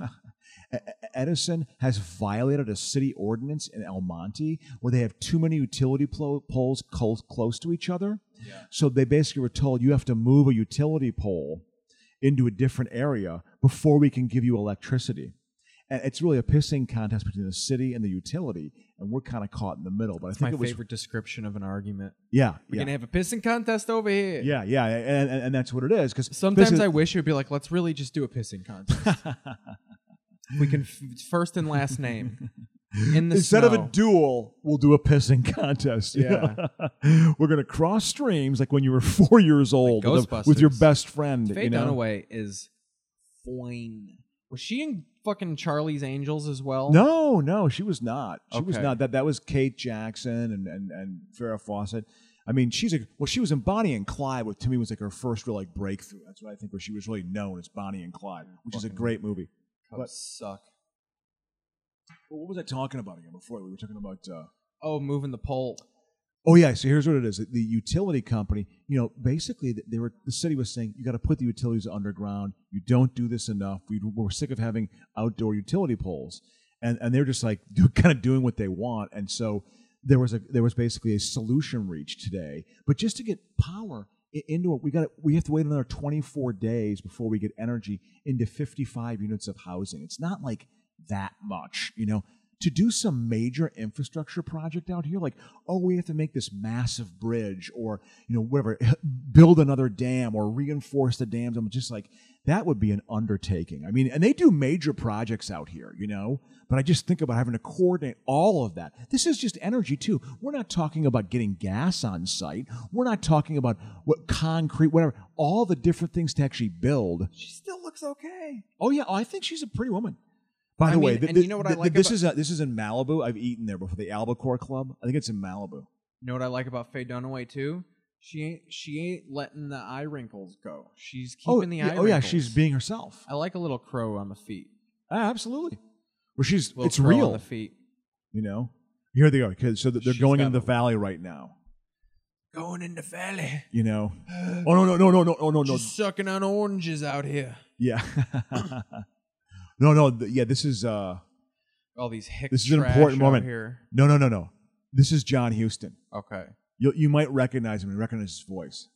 E- E- Edison has violated a city ordinance in El Monte where they have too many utility plo- poles close, close to each other. So they basically were told you have to move a utility pole into a different area before we can give you electricity. And it's really a pissing contest between the city and the utility, and we're kind of caught in the middle. But I
it's
think
my
it was
favorite description of an argument
yeah,
we're
yeah,
gonna have a pissing contest over here
yeah, yeah, and, and, and that's what it is because
sometimes i wish it would be like let's really just do a pissing contest we can f- first and last name in the
Instead of a
snow.
duel, we'll do a pissing contest. you
Yeah.
know? we're gonna cross streams like when you were four years old with, a- with your
Ghostbusters.
best friend.
Faye
you know?
Dunaway is fine. Was she in fucking Charlie's Angels as well?
No, no, she was not. She was
Okay.
not. That that was Kate Jackson and and and Farrah Fawcett. I mean, she's a well. She was in Bonnie and Clyde, which to me was like her first real like breakthrough. That's what I think where she was really known as Bonnie and Clyde, which is a
Fucking-
great movie.
Cubs
But-
suck.
What was I talking about again before? We were talking about. Uh,
Oh, moving the poll.
oh yeah, so here's what it is: the utility company. You know, basically, th- they were the city was saying you got to put the utilities underground. You don't do this enough. We, we're sick of having outdoor utility poles, and and they're just like do, kind of doing what they want. And so there was a there was basically a solution reached today, but just to get power. i- Into it, we got we have to wait another 24 days before we get energy into 55 units of housing. It's not like that much, you know to do some major infrastructure project out here like oh we have to make this massive bridge or you know whatever build another dam or reinforce the dams i'm just like that would be an undertaking i mean and they do major projects out here you know but i just think about having to coordinate all of that this is just energy too we're not talking about getting gas on site we're not talking about what concrete whatever all the different things to actually build
She still looks okay.
oh yeah oh, i think she's a pretty woman by
I
the way,
mean,
th-
and
th-
you know what I
th-
like
This
about-
is uh this is in Malibu. I've eaten there before. The Albacore Club. I think it's in Malibu.
You know what I like about Faye Dunaway too? She ain't she ain't letting the eye wrinkles go. She's keeping
oh,
the eye.
yeah, oh
wrinkles.
yeah, she's being herself.
I like a little crow on the feet.
Ah, absolutely. Well, she's
Little
it's
crow on
real.
the feet.
you know. Here they are. 'cause- So that they're
She's
going
got
into the
a-
valley right now.
Going in the valley.
You know. Oh no no no no no oh, no no.
Just sucking on oranges out here.
Yeah. no no th- yeah. This is uh
All these hick
This is an
trash
important
out
moment.
here.
no no no no. This is John Houston.
Okay.
You you might recognize him. You recognize his voice.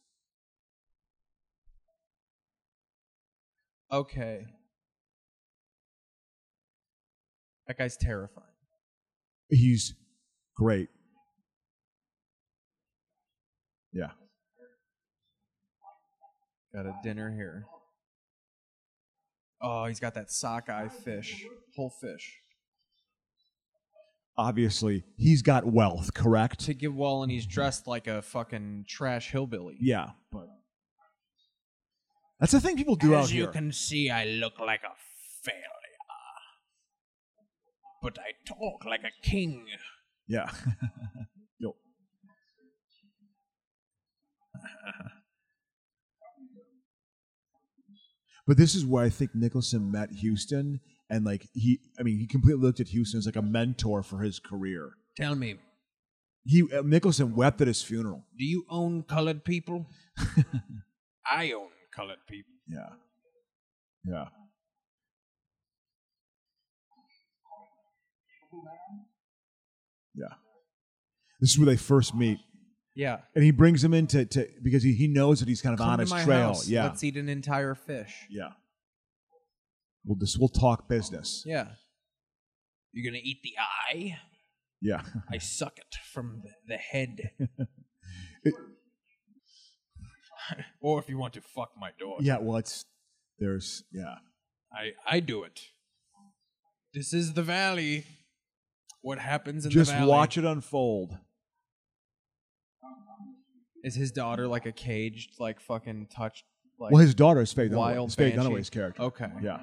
Okay. That guy's terrifying.
He's great. Yeah.
Got a dinner here. Oh, he's got that sockeye fish, whole fish.
Obviously, he's got wealth. Correct.
To give Wall, and he's dressed like a fucking trash hillbilly.
Yeah, but that's the thing people do out here.
can see, I look like a failure, but I talk like a king.
yeah. Yo. but this is where I think Nicholson met Houston, and like he, I mean, he completely looked at Houston as like a mentor for his career.
Tell me,
He uh, Nicholson wept at his funeral.
do you own colored people? I own colored people.
Yeah, yeah. Yeah. This is where they first meet.
Yeah.
and he brings him in to, to because he, he knows that he's kind of
Come
on
to
his
my
trail.
house.
Yeah,
Let's eat an entire fish.
yeah. We'll just we'll talk business.
Yeah. You're gonna eat the eye?
Yeah,
I suck it from the- the head. or if you want to fuck my dog,
yeah. Well, it's there's yeah.
I I do it. This is the valley. What happens in
Just
the valley?
watch it unfold.
Is his daughter like a caged, like fucking touched, like
well, his daughter is Faye Dunaway.
Wild
It's Faye
Banshee. Oh.
Dunaway's character.
okay,
Yeah,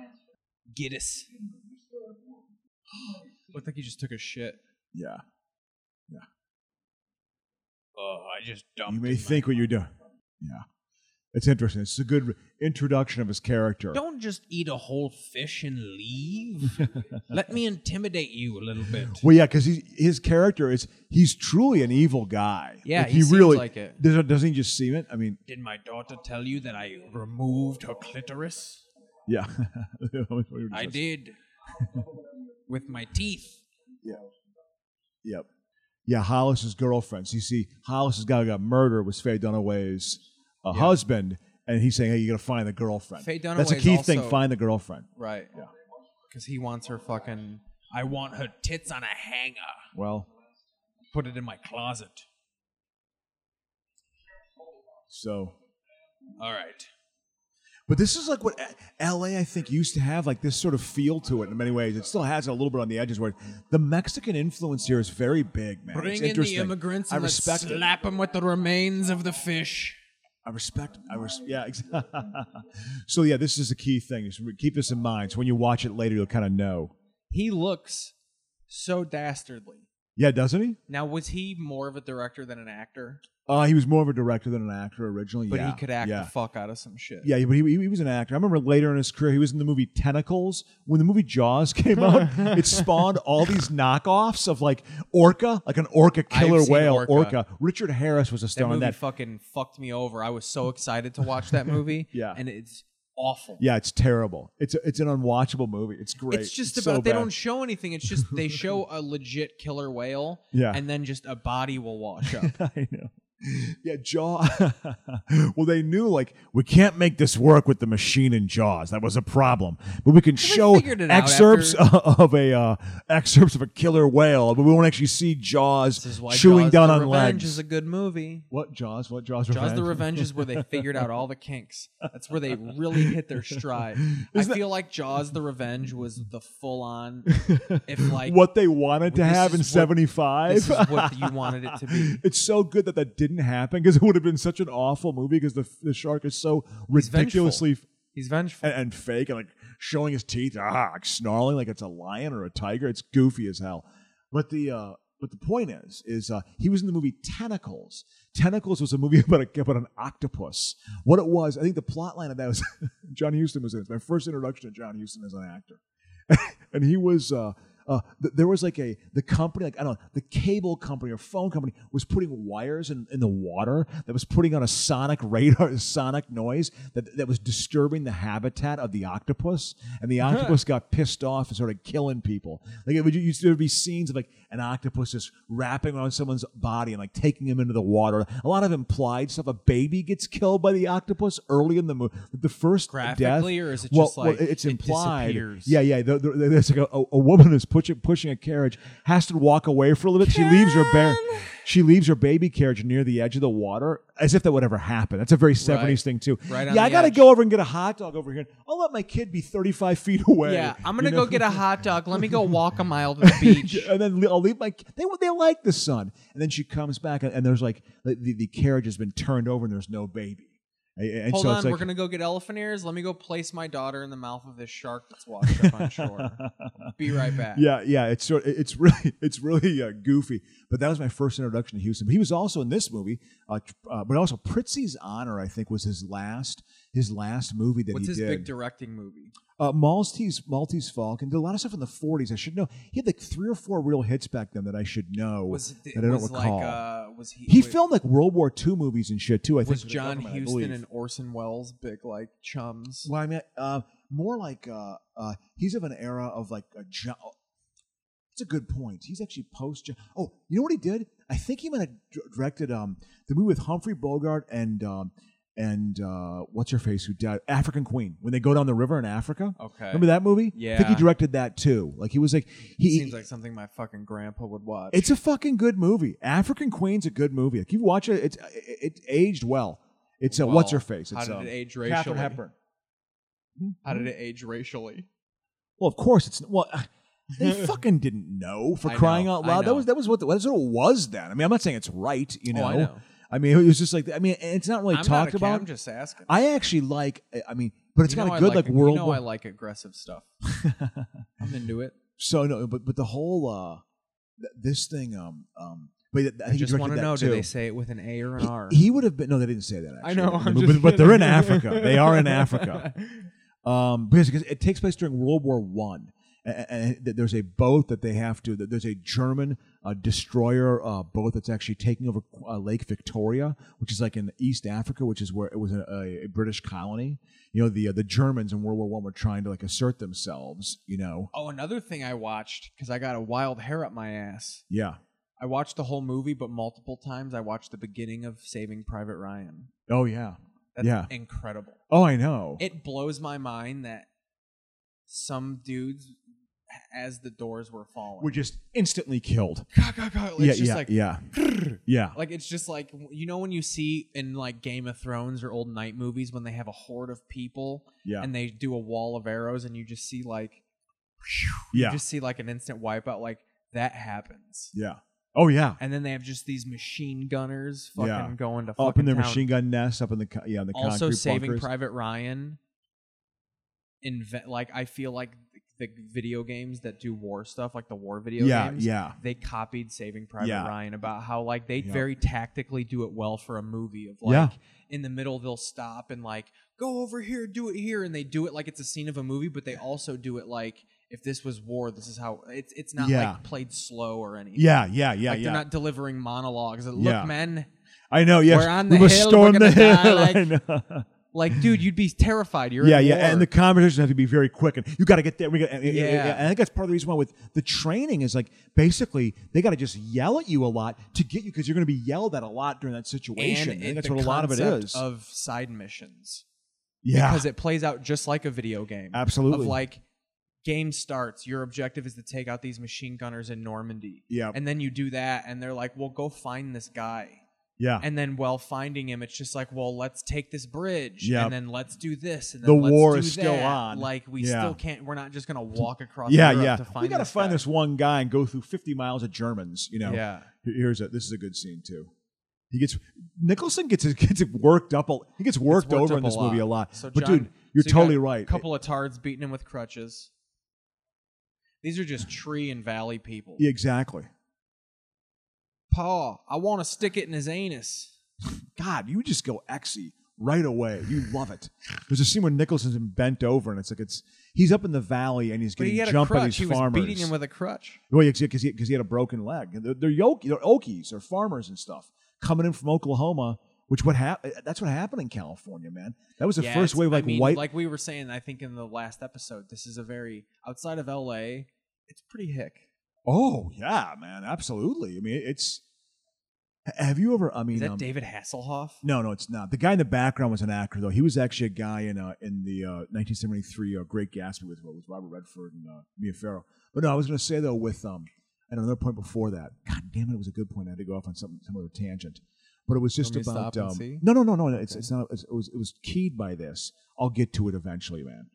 Giddis. Looked like he just took a shit.
yeah.
Oh, I just dumped.
You
in
may
my-
think what you're doing. Yeah, it's interesting. It's a good re- introduction of his character.
Don't just eat a whole fish and leave. Let me intimidate you a little bit.
Well, yeah, because his character is he's truly an evil guy.
Yeah,
Like,
he seems
really
like it.
Doesn't, doesn't he just seem it? I mean,
Did my daughter tell you that I removed her clitoris?
yeah. We were
I
just-
did. With my teeth.
Yeah. Yep. Yeah, Hollis's girlfriends. You see, Hollis's guy who got murdered was Faye Dunaway's uh,
Yeah.
husband, and he's saying, "Hey, you got to find the girlfriend."
Faye
That's a
Dunaway's
key thing.
also-
Find the girlfriend.
Right.
Yeah.
Because he wants her fucking. I want her tits on a hanger.
Well,
Put it in my closet.
so.
All right.
But this is like what A- LA, I think, used to have, like this sort of feel to it in many ways. It still has it a little bit on the edges where the Mexican influence here is very big, man. it's
Bring in the
interesting.
immigrants
I
and let's
respect it.
slap them with the remains of the fish.
I respect. I res- Yeah. ex- so yeah, this is a key thing. So keep this in mind. So when you watch it later, you'll kind of know.
He looks so dastardly.
Yeah, doesn't he?
Now, was he more of a director than an actor?
Uh, he was more of a director than an actor originally.
But
yeah,
he could act
Yeah.
the fuck out of some shit.
Yeah, but he, he was an actor. I remember later in his career, he was in the movie Tentacles. When the movie Jaws came out, it spawned all these knockoffs of like orca, like an orca killer
seen
whale,
Orca.
orca. Richard Harris was a
that
star in
movie
that.
fucking fucked me over. I was so excited to watch that movie.
Yeah.
and it's awful.
yeah, it's terrible. It's a, it's an unwatchable movie. It's great.
It's just
so
about they
bad.
don't show anything. It's just they show a legit killer whale,
Yeah.
and then just a body will wash up.
I know. Yeah, Jaw. well, they knew like we can't make this work with the machine and Jaws. That was a problem, but we can show
figured it out
excerpts of a uh, excerpts of a killer whale, but we won't actually see Jaws
this is why
chewing
Jaws
down
the
on legs.
Revenge is a good movie.
what Jaws? What Jaws?
Jaws the
Revenge?
Revenge is where they figured out all the kinks. That's where they really hit their stride. I
Isn't that-
feel like Jaws the Revenge was the full on. If like
what they wanted to
This
have in
is what-
'75.
this is what you wanted it to be.
It's so good that that didn't happen because it would have been such an awful movie because the, the shark is so
vengeful.
ridiculously
He's vengeful.
and, and fake and like showing his teeth, ah, like snarling like it's a lion or a tiger. It's goofy as hell. But the uh, but the point is, is uh, he was in the movie Tentacles. Tentacles was a movie about a, about an octopus. What it was, I think the plot line of that was John Huston was in. it. It's my first introduction to John Huston as an actor, and he was. Uh, uh, th- there was like a the company like I don't know the cable company or phone company was putting wires in, in the water that was putting on a sonic radar sonic noise that that was disturbing the habitat of the octopus and
Uh-huh.
the octopus got pissed off and started killing people like it would you used to be scenes of like an octopus just wrapping around someone's body and like taking him into the water a lot of implied stuff a baby gets killed by the octopus early in the movie the first
Graphically,
death,
or is it
well,
just,
well,
like,
it's
it
implied
disappears?
yeah yeah, yeah. there- there- there's like a, a woman is pushing pushing a carriage, has to walk away for a little bit. She leaves her bear, she leaves her baby carriage near the edge of the water, as if that would ever happen. That's a very seventies thing too.
Right on
yeah, I
the
gotta
edge.
go over and get a hot dog over here. I'll let my kid be thirty five feet away.
Yeah, I'm
you
gonna
know?
go get a hot dog. Let me go walk a mile to the beach.
and then I'll leave my. They they like the sun, and then she comes back, and, and there's like the, the the carriage has been turned over, and there's no baby. And- and
Hold
so
on,
it's like,
we're gonna go get elephant ears. Let me go place my daughter in the mouth of this shark that's washed up on shore. Be right back.
Yeah, yeah, it's sort it's really it's really uh, goofy. But that was my first introduction to Houston. But he was also in this movie, uh, tr- uh, but also Pritzi's Honor, I think, was his last his last movie that
What's
he
his
did.
big directing movie?
uh, Maltese Maltese Falcon did a lot of stuff in the '40s. I should know. He had like three or four real hits back then that I should know
Was it,
that Oh, I don't
was like
recall.
uh, was he?
he
wa-
filmed like World War II movies and shit too. I
Was
think for the
John
government, I
Huston
believe.
and Orson Welles big like chums?
Well, I mean, uh, more like uh, uh, he's of an era of like a John. That's a good point. He's actually post. Jo- Oh, you know what he did? I think he might have d- directed um, the movie with Humphrey Bogart and um, and uh, what's her face who died African Queen when they go down the river in Africa.
Okay,
Remember that movie? I think he
Yeah.
directed that too. Like he was like he.
seems like something my fucking grandpa would watch.
E- it's a fucking good movie. African Queen's a good movie. Like you watch it, it's it, it aged well. It's uh,
Well,
what's her face?
How
It's
did
um,
it age
Katharine
racially?
Hepburn.
How did it age racially?
Well, of course it's well. uh, They fucking didn't know for
I
crying
know,
out
I
loud. That
know.
was that was what the, that's what it was then. I mean, I'm not saying it's right. You know,
Oh, I know.
I mean, it was just like I mean, it's not really
I'm not
talked
a cat,
about.
I'm just asking.
I actually like. I mean, but it's
You know
kind
I
of good, like,
you
World
know
War.
I like aggressive stuff. I'm into it.
so no, but but the whole uh, th- this thing. Um, um, but I, think
I,
he
just
directed
want to
that
know:
too.
Do they say it with an A or an R?
He, he would have been. No, they didn't say that. Actually.
I know,
But-
I'm
but,
just
but they're in
kidding.
Africa. They are in Africa. um, because, because it takes place during World War One, and, and th- there's a boat that they have to. that There's a German uh, destroyer uh, boat that's actually taking over uh, Lake Victoria, which is like in East Africa, which is where it was a, a, a British colony. You know, the uh, the Germans in World War One were trying to like assert themselves. You know,
Oh, another thing I watched because I got a wild hair up my ass.
yeah.
I watched the whole movie, but multiple times. I watched the beginning of Saving Private Ryan.
Oh yeah.
That's
Yeah.
incredible.
Oh, I know.
It blows my mind that some dudes, as the doors were falling,
we're just instantly killed.
Gah, gah, gah. It's
yeah,
just
yeah,
like
yeah, yeah.
Like it's just like you know when you see in like Game of Thrones or old night movies when they have a horde of people
Yeah.
and they do a wall of arrows and you just see like
Yeah.
you just see like an instant wipeout like that happens.
Yeah. Oh yeah.
And then they have just these machine gunners fucking
Yeah.
going to fucking
Up in their
town.
machine gun nests, up in the co- yeah, in the
also
concrete
saving
bunkers.
Private Ryan. Invent like I feel like the video games that do war stuff, like the war video
yeah,
games.
yeah.
They copied Saving Private
Yeah.
Ryan about how like they
Yeah.
very tactically do it well for a movie of like
Yeah.
in the middle they'll stop and like go over here, do it here, and they do it like it's a scene of a movie, but they also do it like if this was war, this is how it's it's not
Yeah.
like played slow or anything.
Yeah, yeah, yeah,
like
yeah.
they're not delivering monologues. Look,
Yeah.
men,
I know. Yes,
We're on
we
the
must
hill, we're
storm the
gonna
hill.
die,
I know.
like dude, you'd be terrified. You're
yeah,
in
yeah,
war.
and the conversations have to be very quick, and you got to get there. We got, and- and-
Yeah.
and I think that's part of the reason why with the training is like basically they got to just yell at you a lot to get you because you're going to be yelled at a lot during that situation. I
And
think
it-
that's
the
what a lot of it
concept
is.
of side missions
yeah,
because it plays out just like a video game.
absolutely.
Of like, game starts. Your objective is to take out these machine gunners in Normandy,
yeah,
and then you do that, and they're like, "Well, go find this guy."
yeah.
And then while finding him, it's just like, "Well, let's take this bridge,
Yep.
and then let's do this." And
The
then let's
war
do
is still
that."
on.
Like we
Yeah.
still can't. We're not just gonna walk across.
yeah,
Europe
yeah.
To find
we got to
this
find
guy.
this one guy and go through 50 miles of Germans. You know,
Yeah.
Here- here's a this is a good scene too. He gets Nicholson gets gets worked up. A, he gets worked,
worked
over
up
in
a
this movie a
lot.
lot.
So,
but
John,
dude, you're
so you got
totally right.
A couple of tards beating him with crutches. These are just tree and valley people.
Yeah, exactly.
Paul, I want to stick it in his anus.
God, you just go exy right away. You love it. There's a scene where Nicholson's been bent over, and it's like it's he's up in the valley and he's
But
getting
he had a
jumped by
crutch.
these
He was
farmers.
beating him with a crutch.
well, yeah, because he, 'cause he had a broken leg. And They're, they're, yoke, they're Okies, they're farmers and stuff coming in from Oklahoma. Which what hap- eh, That's what happened in California, man. That was the
Yeah,
first
it's-
wave of
I
like
mean,
white.
Like we were saying, I think in the last episode, this is a very outside of L.A. It's pretty hick.
oh yeah, man, absolutely. I mean, it's. Have you ever? I mean,
Is that
um,
David Hasselhoff?
No, no, it's not. The guy in the background was an actor, though. He was actually a guy in uh, in the uh, 1973 uh, Great Gatsby with with Robert Redford and uh, Mia Farrow. But no, I was going to say though with um, and another point before that. God damn it, it was a good point. I had to go off on some some other tangent, but it was just
me to
about
stop and
um,
see?
no, no, no, no. It's it's not. It's, it was it was keyed by this. I'll get to it eventually, man.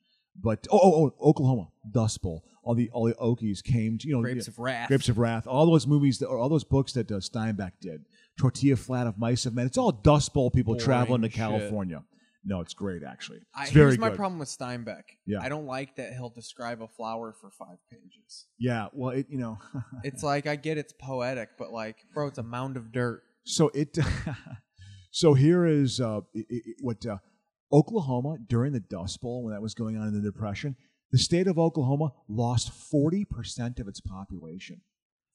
But oh, oh, oh Oklahoma Dust Bowl. All the all the Okies came to you know
Grapes of Wrath.
Grapes of Wrath, all those movies that, or all those books that uh, Steinbeck did, Tortilla Flat of Mice of Men. It's all Dust Bowl people
Boring
traveling to
shit.
California. No, it's great actually. It's
I,
very
here's my
good.
problem with Steinbeck.
Yeah.
I don't like that he'll describe a flower for five pages.
Yeah, well, it you know,
It's like I get it's poetic, but like, bro, it's a mound of dirt.
so it, so here is uh, i i i- what uh, Oklahoma during the Dust Bowl when that was going on in the Depression. The state of Oklahoma lost forty percent of its population.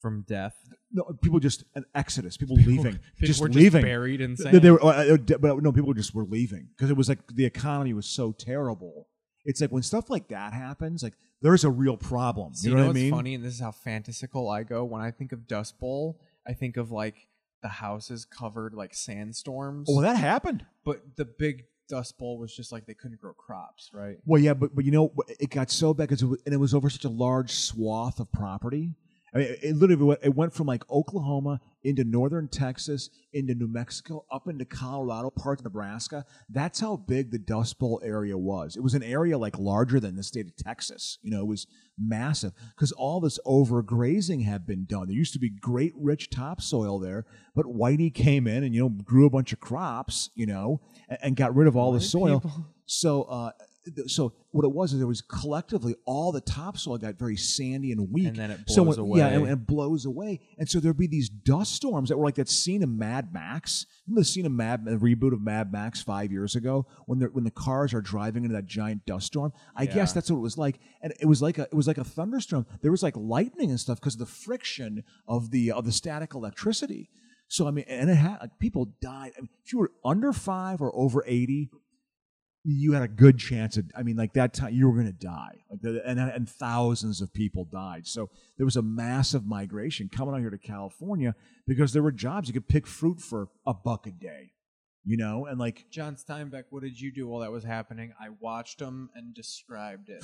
From death,
No, people just an exodus, people, leaving, just
we're
leaving.
just buried in
Th-
sand.
They were, uh, uh, d- but no, people just were leaving because it was like the economy was so terrible. It's like when stuff like that happens, like there's a real problem.
So
You
you
know,
know
what
what's
I mean?
funny, and this is how fantasical I go. When I think of Dust Bowl, I think of like the houses covered like sandstorms.
Well, that happened.
but the big Dust Bowl was just like they couldn't grow crops, right?
Well, yeah, but but you know, it got so bad because it was, and it was over such a large swath of property. I mean, it, it literally went, it went from like Oklahoma into northern Texas, into New Mexico, up into Colorado, parts of Nebraska. That's how big the Dust Bowl area was. It was an area like larger than the state of Texas. You know, it was massive because all this overgrazing had been done. There used to be great rich topsoil there, but Whitey came in and you know grew a bunch of crops. You know, and, and got rid of all the
White
soil.
people.
So, uh, th- so what it was is there was collectively all the topsoil got very sandy and weak,
And then it
so
blows
when- Yeah, and,
away.
and blows away, and so there'd be these dust storms that were like that scene in Mad Max. Remember the scene of Mad, the reboot of Mad Max five years ago when the when the cars are driving into that giant dust storm. I guess
Yeah.
that's what it was like, and it was like a it was like a thunderstorm. There was like lightning and stuff because of the friction of the of the static electricity. So I mean, and it had like, people died. I mean, if you were under five or over eighty, you had a good chance of i mean like that time you were going to die like the, and, and thousands of people died so there was a massive migration coming out here to california because there were jobs you could pick fruit for a buck a day you know and like
John Steinbeck, what did you do while that was happening? I watched him and described it.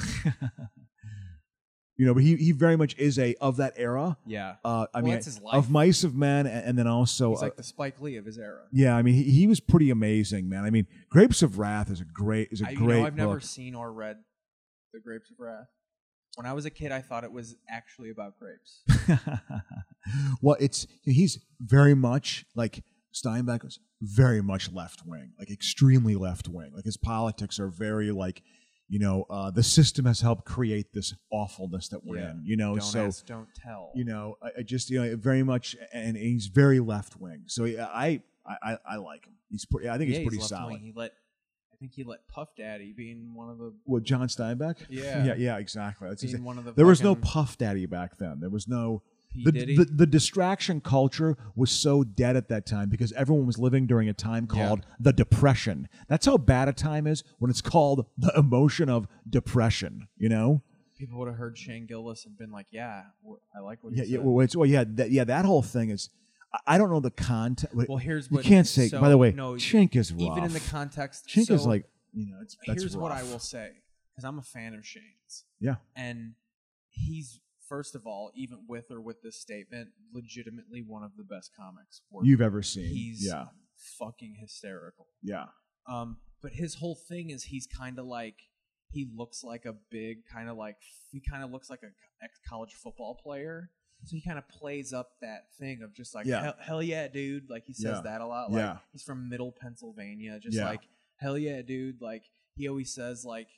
you know but he, he very much is a of that era
Yeah,
uh, i
Well,
mean
that's his life.
of mice of men and, and then also
he's
uh,
like the Spike Lee of his era.
yeah i mean he, he was pretty amazing man i mean grapes of wrath is a great is a
I, you
great
know, I've never
book.
seen or read The Grapes of Wrath. When I was a kid, I thought it was actually about grapes.
well, it's he's very much like Steinbeck was very much left wing, like extremely left wing. Like his politics are very like You know, uh, the system has helped create this awfulness that we're
Yeah.
in. You know,
Don't
so
ask, don't tell.
you know, I, I just you know very much, and he's very left wing. So he, I, I I I like him. He's pretty. I think
Yeah,
he's pretty
left
solid.
wing. He let, I think he let Puff Daddy being one of the
Well, John Steinbeck.
Yeah.
yeah, yeah, exactly. That's
being
exactly.
one of the.
There was no
fucking
Puff Daddy back then. There was no
P
the,
Diddy.
the the distraction culture was so dead at that time because everyone was living during a time
Yeah.
called the Depression. That's how bad a time is when it's called the emotion of depression. You know.
People would have heard Shane Gillis and been like, "Yeah, wh- I like what he
Yeah, yeah.
said."
Well, it's, well yeah, that, yeah. That whole thing is. I- I don't know the content.
Well, here's
you
what
can't say.
so,
by the way,
no,
Chink is rough.
even in the context,
Chink
so
is like, you know, it's that's
here's what I
rough.
will say because I'm a fan of Shane's.
Yeah.
and he's first of all, even with or with this statement, legitimately one of the best comics working.
you've ever seen.
He's
yeah,
fucking hysterical.
yeah,
Um, but his whole thing is he's kind of like he looks like a big kind of like he kind of looks like a ex college football player. So he kind of plays up that thing of just like
Yeah.
hell, hell yeah, dude. Like he says
Yeah.
that a lot. Like
Yeah.
he's from Middle Pennsylvania. Just
Yeah.
like hell yeah, dude. Like he always says like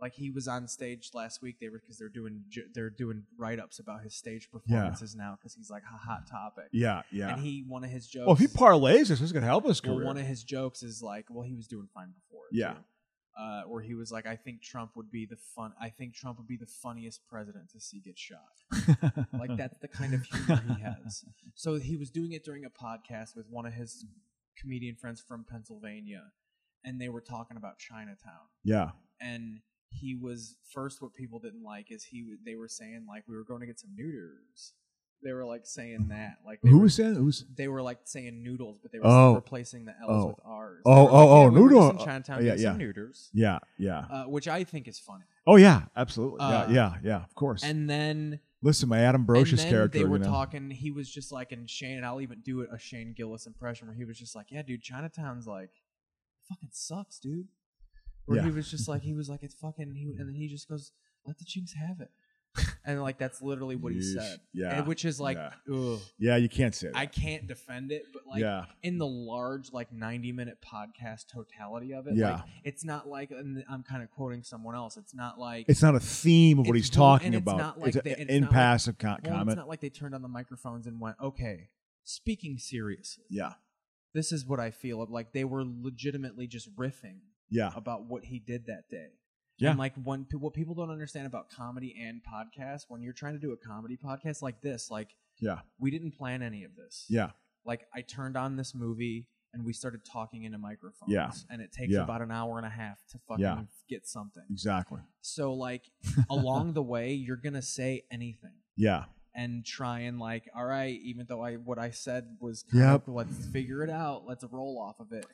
like he was on stage last week. They were because they're doing ju- they're doing write ups about his stage performances now because he's like a hot topic.
yeah, yeah.
And he one of his jokes.
well, if he parlays this, this could help his
Well,
career.
one of his jokes is like, well, he was doing fine before. it,
Yeah.
too. Uh, where he was like, I think Trump would be the fun. I think Trump would be the funniest president to see get shot. Like that's the kind of humor he has. So he was doing it during a podcast with one of his comedian friends from Pennsylvania, and they were talking about Chinatown.
Yeah,
And he was first. What people didn't like is he. w- They were saying like we were going to get some neuters. They were like saying that. Like they
who
were-
was that? Who's
they were like saying noodles, but they were
Oh.
replacing the L's
Oh.
with R's.
Oh,
They were
oh,
like,
oh,
yeah, we were just
noodle-
In Chinatown,
oh, yeah,
yeah, some
yeah.
noodles,
yeah, yeah.
uh, which I think is funny.
oh yeah, absolutely.
uh,
yeah, yeah, yeah. Of course.
And then,
Listen, my Adam
and
Brocious
then
character.
they were
you know,
talking. He was just like, and Shane, and I'll even do it a Shane Gillis impression where he was just like, "Yeah, dude, Chinatown's like, fucking sucks, dude." Where
Yeah.
he was just like, he was like, "It's fucking," he, and then he just goes, "Let the chinks have it," and like that's literally what he
Yeesh.
said,
Yeah,
and, which is like,
yeah.
ugh,
yeah. You can't say that.
I can't defend it, but like,
yeah,
in the large like 90 minute podcast totality of it like
Yeah.
it's not like and i'm kind of quoting someone else it's not like
it's not a theme of what
it's
he's
vul- and
talking
it's
about.
not like
it's
they-
a-
it's
in
not like-
passive co-
well, it's
comment.
not like they turned on the microphones and went okay speaking seriously
yeah,
this is what i feel like they were legitimately just riffing
yeah,
about what he did that day
Yeah.
and like when pe- what people don't understand about comedy and podcasts when you're trying to do a comedy podcast like this like
Yeah.
we didn't plan any of this
yeah,
like I turned on this movie and we started talking into microphones.
Yeah.
And it takes
Yeah.
about an hour and a half to fucking
Yeah.
get something.
exactly.
So like along the way, you're gonna say anything
Yeah,
and try and like, all right, even though I what I said was kind
Yep.
of, let's figure it out, let's roll off of it.